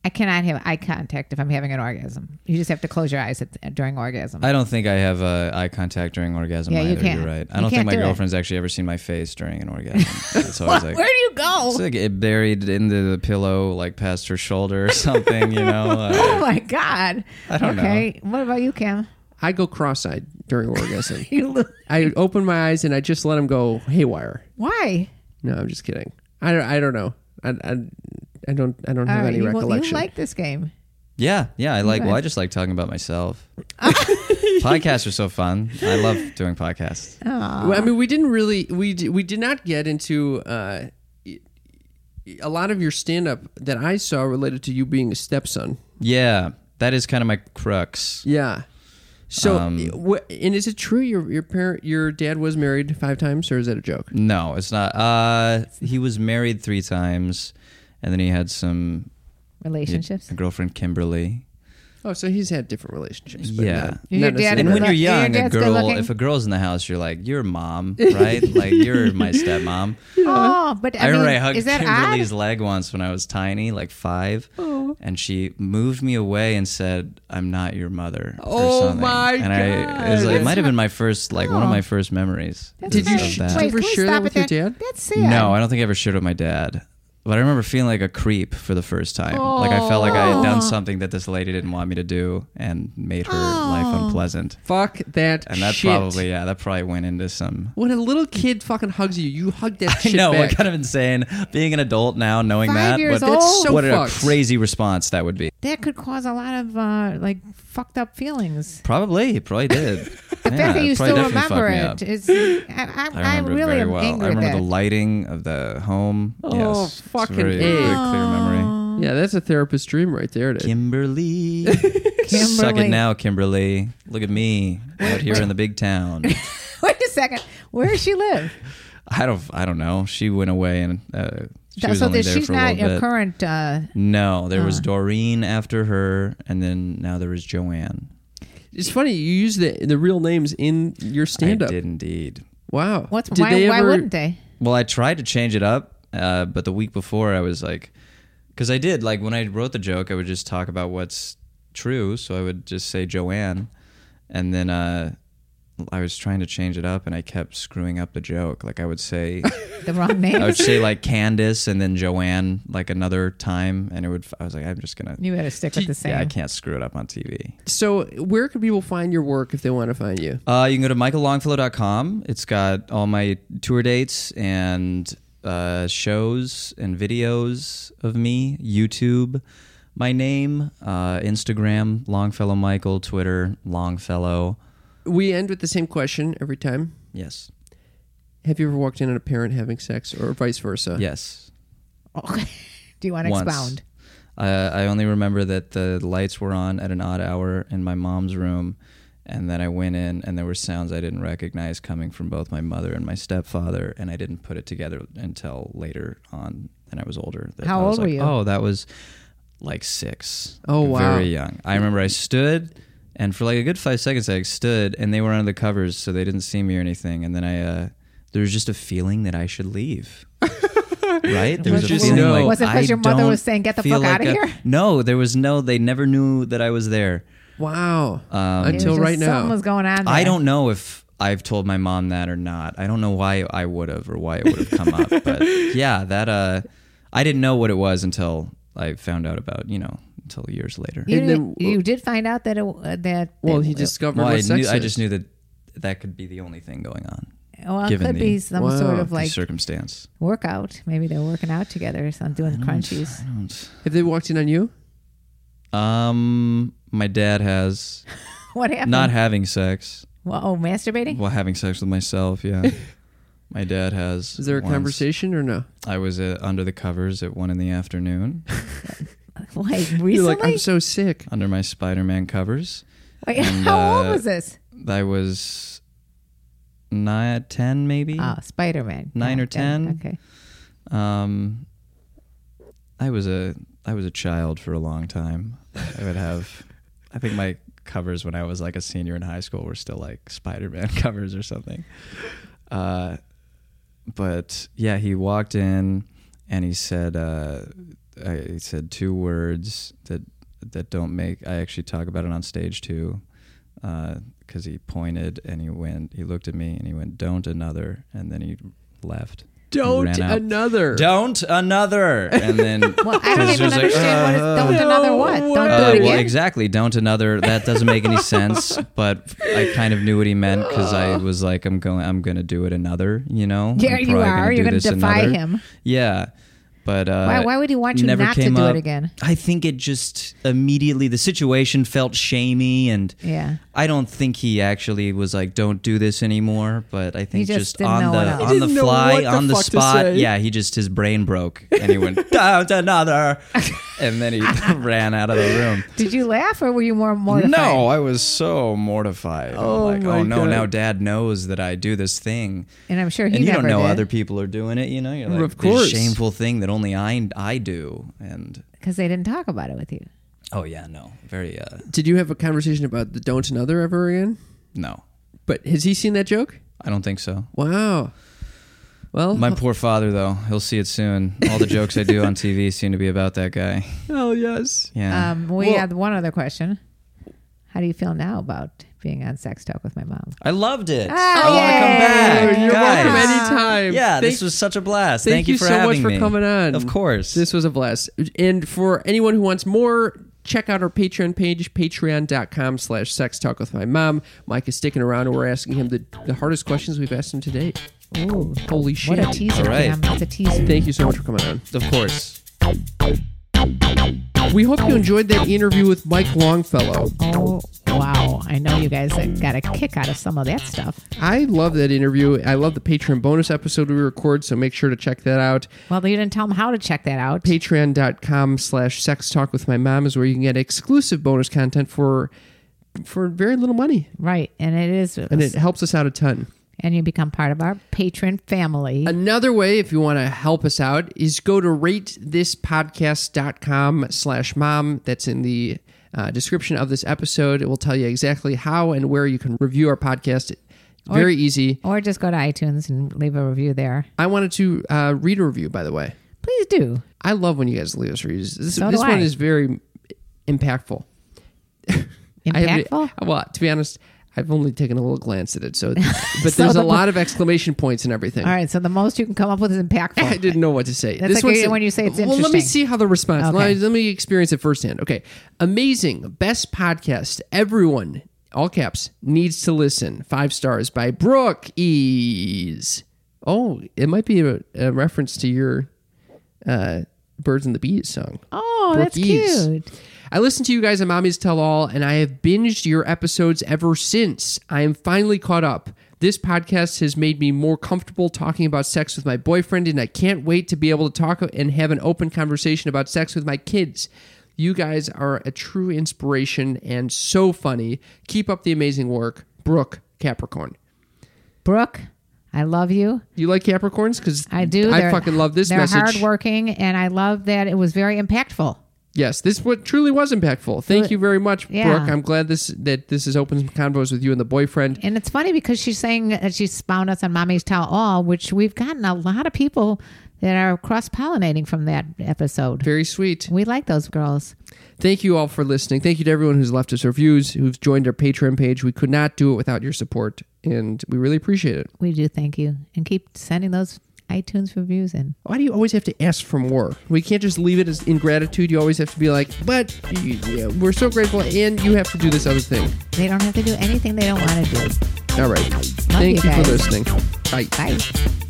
Speaker 2: i cannot have eye contact if i'm having an orgasm you just have to close your eyes at, during orgasm
Speaker 4: I don't think I have uh, eye contact during orgasm
Speaker 2: Yeah,
Speaker 4: either.
Speaker 2: you can't.
Speaker 4: are right. I
Speaker 2: You
Speaker 4: don't
Speaker 2: can't
Speaker 4: think my
Speaker 2: do it.
Speaker 4: girlfriend's actually ever seen my face during
Speaker 2: <laughs>
Speaker 4: an orgasm. It's always like
Speaker 2: where do you go
Speaker 4: it's like it buried into the pillow, like past her shoulder or something.
Speaker 2: <laughs>
Speaker 4: You know, uh,
Speaker 2: <laughs> oh my god
Speaker 4: I don't know.
Speaker 2: okay what about you kim
Speaker 1: I go cross-eyed during orgasm.
Speaker 2: you lo-
Speaker 1: I open my eyes and I just let them go haywire.
Speaker 2: why
Speaker 1: No, I'm just kidding. I don't, I don't know. I, I, I don't I don't
Speaker 2: All
Speaker 1: have
Speaker 2: right,
Speaker 1: any
Speaker 2: you, you
Speaker 1: recollection.
Speaker 2: like this game
Speaker 4: yeah, yeah. I like. Well, I just like talking
Speaker 2: <laughs>
Speaker 4: about myself. podcasts are so fun. I love doing podcasts.
Speaker 2: Oh.
Speaker 1: Well, I mean, we didn't really we d- we did not get into uh, y- a lot of your stand-up that I saw related to you being a stepson.
Speaker 4: Yeah, that is kind of my crux.
Speaker 1: Yeah. So,
Speaker 4: Um,
Speaker 1: wh- and is it true your your parent your dad was married five times, or is that a joke?
Speaker 4: No, it's not. Uh, he was married three times, and then he had some
Speaker 2: Relationships.
Speaker 4: a girlfriend Kimberly.
Speaker 1: Oh, so he's had different relationships. But
Speaker 4: Yeah.
Speaker 1: not-
Speaker 2: Your
Speaker 1: not
Speaker 2: dad
Speaker 1: necessarily-
Speaker 4: And when you're
Speaker 2: Good luck-
Speaker 4: young,
Speaker 2: your
Speaker 4: a
Speaker 2: dad's good
Speaker 4: girl,
Speaker 2: looking.
Speaker 4: if a girl's in the house, you're like,
Speaker 2: <laughs>
Speaker 4: you're mom, right? like, you're my stepmom.
Speaker 2: Oh, but I,
Speaker 4: I, remember
Speaker 2: mean,
Speaker 4: I hugged
Speaker 2: is that
Speaker 4: Kimberly's
Speaker 2: odd?
Speaker 4: leg once when I was tiny, like five,
Speaker 1: Oh.
Speaker 4: and she moved me away and said, "I'm not your mother."
Speaker 1: Oh
Speaker 4: or something.
Speaker 1: my
Speaker 4: And I, it, was
Speaker 1: God.
Speaker 4: like, it might have been my first, like one of my first memories.
Speaker 1: Did you
Speaker 4: of
Speaker 1: sh-
Speaker 4: that.
Speaker 1: did you ever
Speaker 2: can we
Speaker 1: share that
Speaker 2: stop
Speaker 1: with
Speaker 2: at
Speaker 1: your dad?
Speaker 2: That's sad.
Speaker 4: No, I don't think I ever shared with my dad. But I remember feeling like a creep for the first time. Like I felt like I had done something that this lady didn't want me to do and made her life unpleasant.
Speaker 1: Fuck that.
Speaker 4: And that
Speaker 1: shit.
Speaker 4: probably, uh, yeah, that probably went into some.
Speaker 1: when a little kid fucking hugs you, you hug that
Speaker 4: <laughs> I
Speaker 1: shit
Speaker 4: know
Speaker 1: back.
Speaker 4: what kind of insane being an adult now, knowing
Speaker 2: Five
Speaker 4: that.
Speaker 2: years
Speaker 4: but
Speaker 2: old.
Speaker 1: That's so
Speaker 4: what a
Speaker 1: fucked.
Speaker 4: crazy response that would be.
Speaker 2: That could cause a lot of uh, like fucked up feelings.
Speaker 4: Probably, it
Speaker 2: <laughs>
Speaker 4: probably did.
Speaker 2: The fact that you still remember it
Speaker 4: it.
Speaker 2: is, <laughs> I, I,
Speaker 4: I
Speaker 2: I,
Speaker 4: remember it
Speaker 2: really
Speaker 4: very
Speaker 2: am
Speaker 4: well.
Speaker 2: angry
Speaker 4: I remember
Speaker 2: at
Speaker 4: the
Speaker 2: that.
Speaker 4: lighting of the home.
Speaker 1: Oh,
Speaker 4: yes,
Speaker 1: fucking
Speaker 4: it's a very,
Speaker 1: A.
Speaker 4: very clear memory.
Speaker 1: yeah, that's a therapist dream right there. To,
Speaker 2: <laughs>
Speaker 4: Kimberly. Suck
Speaker 2: Kimberly.
Speaker 4: it now, Kimberly. Look at me out here in the
Speaker 2: <laughs>
Speaker 4: big town.
Speaker 2: Wait a second. Where does she live?
Speaker 4: I don't. I don't know. She went away and uh, <laughs> she was
Speaker 2: so
Speaker 4: only
Speaker 2: that
Speaker 4: there
Speaker 2: she's
Speaker 4: for a
Speaker 2: not
Speaker 4: little
Speaker 2: your
Speaker 4: bit.
Speaker 2: current. Uh,
Speaker 4: no, there was Doreen after her, and then now there was Joanne.
Speaker 1: it's funny you use the the real names in your stand up.
Speaker 4: I did indeed.
Speaker 1: Wow.
Speaker 2: what's
Speaker 1: Did
Speaker 2: why?
Speaker 1: they
Speaker 2: why
Speaker 1: ever-
Speaker 2: wouldn't they?
Speaker 4: Well, I tried to change it up, uh, but the week before I was like, because I did like when I wrote the joke, I would just talk about what's true, so I would just say Joanne, and then uh, I was trying to change it up, and I kept screwing up the joke. Like I would say,
Speaker 2: The
Speaker 4: <laughs>
Speaker 2: wrong
Speaker 4: I would
Speaker 2: names.
Speaker 4: say like Candace, and then Joanne like another time, and it would. I was like, I'm just gonna.
Speaker 2: you better stick with the same.
Speaker 4: Yeah, I can't screw it up on TV.
Speaker 1: So, where can people find your work if they want to find you?
Speaker 4: Uh, you can go to michaellongfellow.com. It's got all my tour dates and uh, shows and videos of me, YouTube, my name, uh, Instagram, Longfellow Michael, Twitter, Longfellow.
Speaker 1: We end with the same question every time.
Speaker 4: Yes.
Speaker 1: Have you ever walked in on a parent having sex, or vice versa?
Speaker 4: Yes.
Speaker 2: Oh, Do you want to
Speaker 4: Once.
Speaker 2: expound?
Speaker 4: Uh, I only remember that the lights were on at an odd hour in my mom's room. And then I went in, and there were sounds I didn't recognize coming from both my mother and my stepfather. And I didn't put it together until later on, and I was older. that
Speaker 2: How
Speaker 4: I
Speaker 2: old
Speaker 4: was
Speaker 2: were
Speaker 4: like,
Speaker 2: you?
Speaker 4: Oh, that was like six.
Speaker 1: Oh, wow.
Speaker 4: Very young. I remember I stood, and for like a good five seconds, I stood, and they were under the covers, so they didn't see me or anything. And then I, uh, there was just a feeling that I should leave. Right? There was,
Speaker 1: Just
Speaker 4: a feeling
Speaker 1: know.
Speaker 4: like
Speaker 2: Was it 'cause
Speaker 4: I
Speaker 2: your mother
Speaker 4: don't
Speaker 2: was saying, "Get the
Speaker 4: feel
Speaker 2: fuck
Speaker 4: like
Speaker 2: outta
Speaker 4: a-
Speaker 2: here"?
Speaker 4: No, there was no. They never knew that I was there.
Speaker 1: Wow.
Speaker 4: Um,
Speaker 2: It was
Speaker 1: Until
Speaker 2: just
Speaker 1: right now.
Speaker 2: something was going on.
Speaker 4: I
Speaker 2: there.
Speaker 4: don't know if I've told my mom that or not. I don't know why I would have or why it would have
Speaker 2: <laughs>
Speaker 4: come up. But yeah, that uh, I didn't know what it was until I found out about you know until years later.
Speaker 2: You,
Speaker 1: And
Speaker 2: did,
Speaker 1: then-
Speaker 2: you did find out that it, uh, that
Speaker 1: well, he
Speaker 2: that-
Speaker 1: discovered
Speaker 4: Well, I,
Speaker 1: what sex
Speaker 4: knew, I
Speaker 1: is.
Speaker 4: just knew that that could be the only thing going on.
Speaker 2: well, it
Speaker 4: given
Speaker 2: could
Speaker 4: the-
Speaker 2: be some sort
Speaker 1: Wow.
Speaker 2: of
Speaker 4: the
Speaker 2: like
Speaker 4: circumstance.
Speaker 2: workout. Maybe they're working out together or something, doing crunchies.
Speaker 1: Have they walked in on you?
Speaker 4: Um, my dad has
Speaker 2: What happened? <laughs>
Speaker 4: not having sex.
Speaker 2: well, oh, masturbating.
Speaker 4: Well, having sex with
Speaker 1: <laughs>
Speaker 4: myself, yeah. My dad has.
Speaker 1: Is there a
Speaker 4: once.
Speaker 1: conversation or no?
Speaker 4: I was uh, under the covers at one in the
Speaker 1: <laughs>
Speaker 4: afternoon,
Speaker 2: <laughs> Like
Speaker 1: You're
Speaker 2: recently?
Speaker 1: like, I'm so sick.
Speaker 4: under my Spider-Man covers.
Speaker 2: Wait, <laughs>
Speaker 4: and,
Speaker 2: how old
Speaker 4: uh,
Speaker 2: was this?
Speaker 4: I was nine, ten, maybe.
Speaker 1: Ah,
Speaker 2: Oh, Spider Man.
Speaker 4: Mm. Nine or ten.
Speaker 2: Okay.
Speaker 4: <laughs> Um, I was a I was a child for a long time. I would have, I think my covers when I was like a senior in high school were still like Spider Man <laughs> covers or something. Uh, but yeah, he walked in and he said, uh, I, he said two words that that don't make. I actually talk about it on stage too. Because he pointed and he went, he looked at me and he went, "Don't another," and then he left.
Speaker 1: Don't
Speaker 4: Ran out.
Speaker 1: another.
Speaker 4: Don't another. And then
Speaker 2: <laughs> Well, I don't
Speaker 4: Because she
Speaker 2: even
Speaker 4: was like,
Speaker 2: understand what is. Don't another what? Don't
Speaker 4: uh,
Speaker 2: do it
Speaker 4: well,
Speaker 2: again.
Speaker 4: exactly. Don't another. That doesn't make
Speaker 2: <laughs>
Speaker 4: any sense. But I kind of knew what he meant because I was like, I'm going. I'm going to do it another. You know.
Speaker 2: Yeah,
Speaker 4: I'm
Speaker 2: you
Speaker 4: probably
Speaker 2: are. You're
Speaker 4: do
Speaker 2: gonna
Speaker 4: this
Speaker 2: defy
Speaker 4: another.
Speaker 2: him.
Speaker 4: Yeah. But uh,
Speaker 2: Why- why would he want you
Speaker 4: never
Speaker 2: not to
Speaker 4: came
Speaker 2: do it
Speaker 4: up.
Speaker 2: again?
Speaker 4: I think it just immediately the situation felt shamey, and
Speaker 2: Yeah.
Speaker 4: I don't think he actually was like, "Don't do this anymore." But I think
Speaker 2: just
Speaker 4: just,
Speaker 2: didn't know
Speaker 4: on
Speaker 2: what
Speaker 4: the
Speaker 2: else. He
Speaker 4: on the
Speaker 1: didn't know
Speaker 4: fly,
Speaker 1: what the
Speaker 4: on the
Speaker 1: fuck to
Speaker 4: spot,
Speaker 1: say.
Speaker 4: yeah, he just his brain broke, and he went <laughs> down to another,
Speaker 2: <laughs>
Speaker 4: and then he ran out of the room.
Speaker 2: Did you laugh or were you more mortified?
Speaker 4: No, I was so mortified.
Speaker 1: Oh
Speaker 4: Oh, like,
Speaker 1: my
Speaker 4: oh no,
Speaker 1: God.
Speaker 4: now dad knows that I do this thing.
Speaker 2: And I'm sure he
Speaker 4: and you
Speaker 2: never
Speaker 4: don't know
Speaker 2: did.
Speaker 4: other people are doing it, you know? You're like,
Speaker 1: Of
Speaker 4: "This
Speaker 1: course.
Speaker 4: shameful thing that only I, I do. And,
Speaker 2: because they didn't talk about it with you.
Speaker 4: oh yeah, no, very, uh,
Speaker 1: Did you have a conversation about the don't another ever again?
Speaker 4: no,
Speaker 1: But has he seen that joke?
Speaker 4: I don't think so.
Speaker 1: Wow. Well,
Speaker 4: My poor father, though, he'll see it soon. All the jokes I do on TV seem to be about that guy.
Speaker 1: hell yes.
Speaker 4: Yeah.
Speaker 2: Um, we
Speaker 1: Well-
Speaker 2: had one other question. How do you feel now about being on Sex Talk with my mom?
Speaker 4: I loved it.
Speaker 2: Oh,
Speaker 4: I want
Speaker 2: yay.
Speaker 4: to come back.
Speaker 1: You're
Speaker 4: guys.
Speaker 1: welcome anytime.
Speaker 4: Yeah,
Speaker 1: Thank-
Speaker 4: this was such a blast.
Speaker 1: thank
Speaker 4: Thank,
Speaker 1: you
Speaker 4: for
Speaker 1: so much
Speaker 4: having
Speaker 1: for
Speaker 4: me.
Speaker 1: coming on.
Speaker 4: Of course.
Speaker 1: This was a blast. And for anyone who wants more, check out our Patreon page, patreon.com slash sex talk with my mom. Mike is sticking around and we're asking him the, the hardest questions we've asked him to date.
Speaker 2: Ooh,
Speaker 1: Holy
Speaker 2: what
Speaker 1: shit.
Speaker 2: a teaser!
Speaker 4: All right.
Speaker 2: Cam. That's a teaser.
Speaker 1: Thank you so much for coming on.
Speaker 4: of course.
Speaker 1: We hope you enjoyed that interview with Mike Longfellow.
Speaker 2: Oh wow! I know you guys got a kick out of some of that stuff.
Speaker 1: I love that interview. I love the Patreon bonus episode we record, so make sure to check that out.
Speaker 2: Well, you didn't tell them how to check that out.
Speaker 1: patreon.com slash sex talk with my mom is where you can get exclusive bonus content for for very little money
Speaker 2: Right, and it is,
Speaker 1: and it helps us out a ton
Speaker 2: and you become part of our patron family.
Speaker 1: another way if you want to help us out is go to ratethispodcast.com slash mom that's in the uh, description of this episode it will tell you exactly how and where you can review our podcast very easy
Speaker 2: Or just go to iTunes and leave a review there.
Speaker 1: i wanted to uh, read a review by the way
Speaker 2: Please do.
Speaker 1: I love when you guys leave us reviews. This,
Speaker 2: So
Speaker 1: this
Speaker 2: do
Speaker 1: one
Speaker 2: I.
Speaker 1: is very impactful. I uh, haven't-
Speaker 2: Impactful?
Speaker 1: well, to be honest, I've only taken a little glance at it.
Speaker 2: <laughs>
Speaker 1: So, but
Speaker 2: So
Speaker 1: there's a
Speaker 2: the-
Speaker 1: lot of exclamation points and everything.
Speaker 2: All right, so the most you can come up with is
Speaker 1: <laughs>
Speaker 2: impactful.
Speaker 1: I didn't know what to say.
Speaker 2: That's like
Speaker 1: one's-
Speaker 2: when you say it's
Speaker 1: Well, let me
Speaker 2: interesting.
Speaker 1: see how the response. Let,
Speaker 2: Okay.
Speaker 1: me, let me experience it firsthand. Okay, amazing, best podcast. Everyone, all caps, needs to listen. Five stars by Brooke Ease. Oh, it might be a, a reference to your uh, "Birds and the Bees" song.
Speaker 2: Oh, that's
Speaker 1: Brookies.
Speaker 2: cute.
Speaker 1: I listened to you guys on Mommy's Tell All, and I have binged your episodes ever since. I am finally caught up. This podcast has made me more comfortable talking about sex with my boyfriend, and I can't wait to be able to talk and have an open conversation about sex with my kids. You guys are a true inspiration and so funny. Keep up the amazing work, Brooke Capricorn.
Speaker 2: Brooke, I love you.
Speaker 1: You like Capricorns? Because
Speaker 2: I do.
Speaker 1: I
Speaker 2: They're-
Speaker 1: fucking love this
Speaker 2: they're
Speaker 1: message.
Speaker 2: hardworking, and I love that it was very impactful.
Speaker 1: Yes, this what truly was impactful. Thank you very much,
Speaker 2: Yeah.
Speaker 1: Brooke. I'm glad this that this has opened some convos with you and the boyfriend.
Speaker 2: And it's funny because she's saying that she's found us on Mommy's Tell All, which we've gotten a lot of people that are cross pollinating from that episode.
Speaker 1: Very sweet.
Speaker 2: We like those girls.
Speaker 1: Thank you all for listening. Thank you to everyone who's left us reviews, who's joined our Patreon page. We could not do it without your support, and we really appreciate it.
Speaker 2: We do thank you. And keep sending those iTunes reviews in.
Speaker 1: Why do you always have to ask for more? We can't just leave it as ingratitude. You always have to be like, but you, yeah, we're so grateful, and you have to do this other thing.
Speaker 2: They don't have to do anything they don't want to do.
Speaker 1: All right. Thank
Speaker 2: you
Speaker 1: you for
Speaker 2: guys.
Speaker 1: listening. Bye.
Speaker 2: Bye.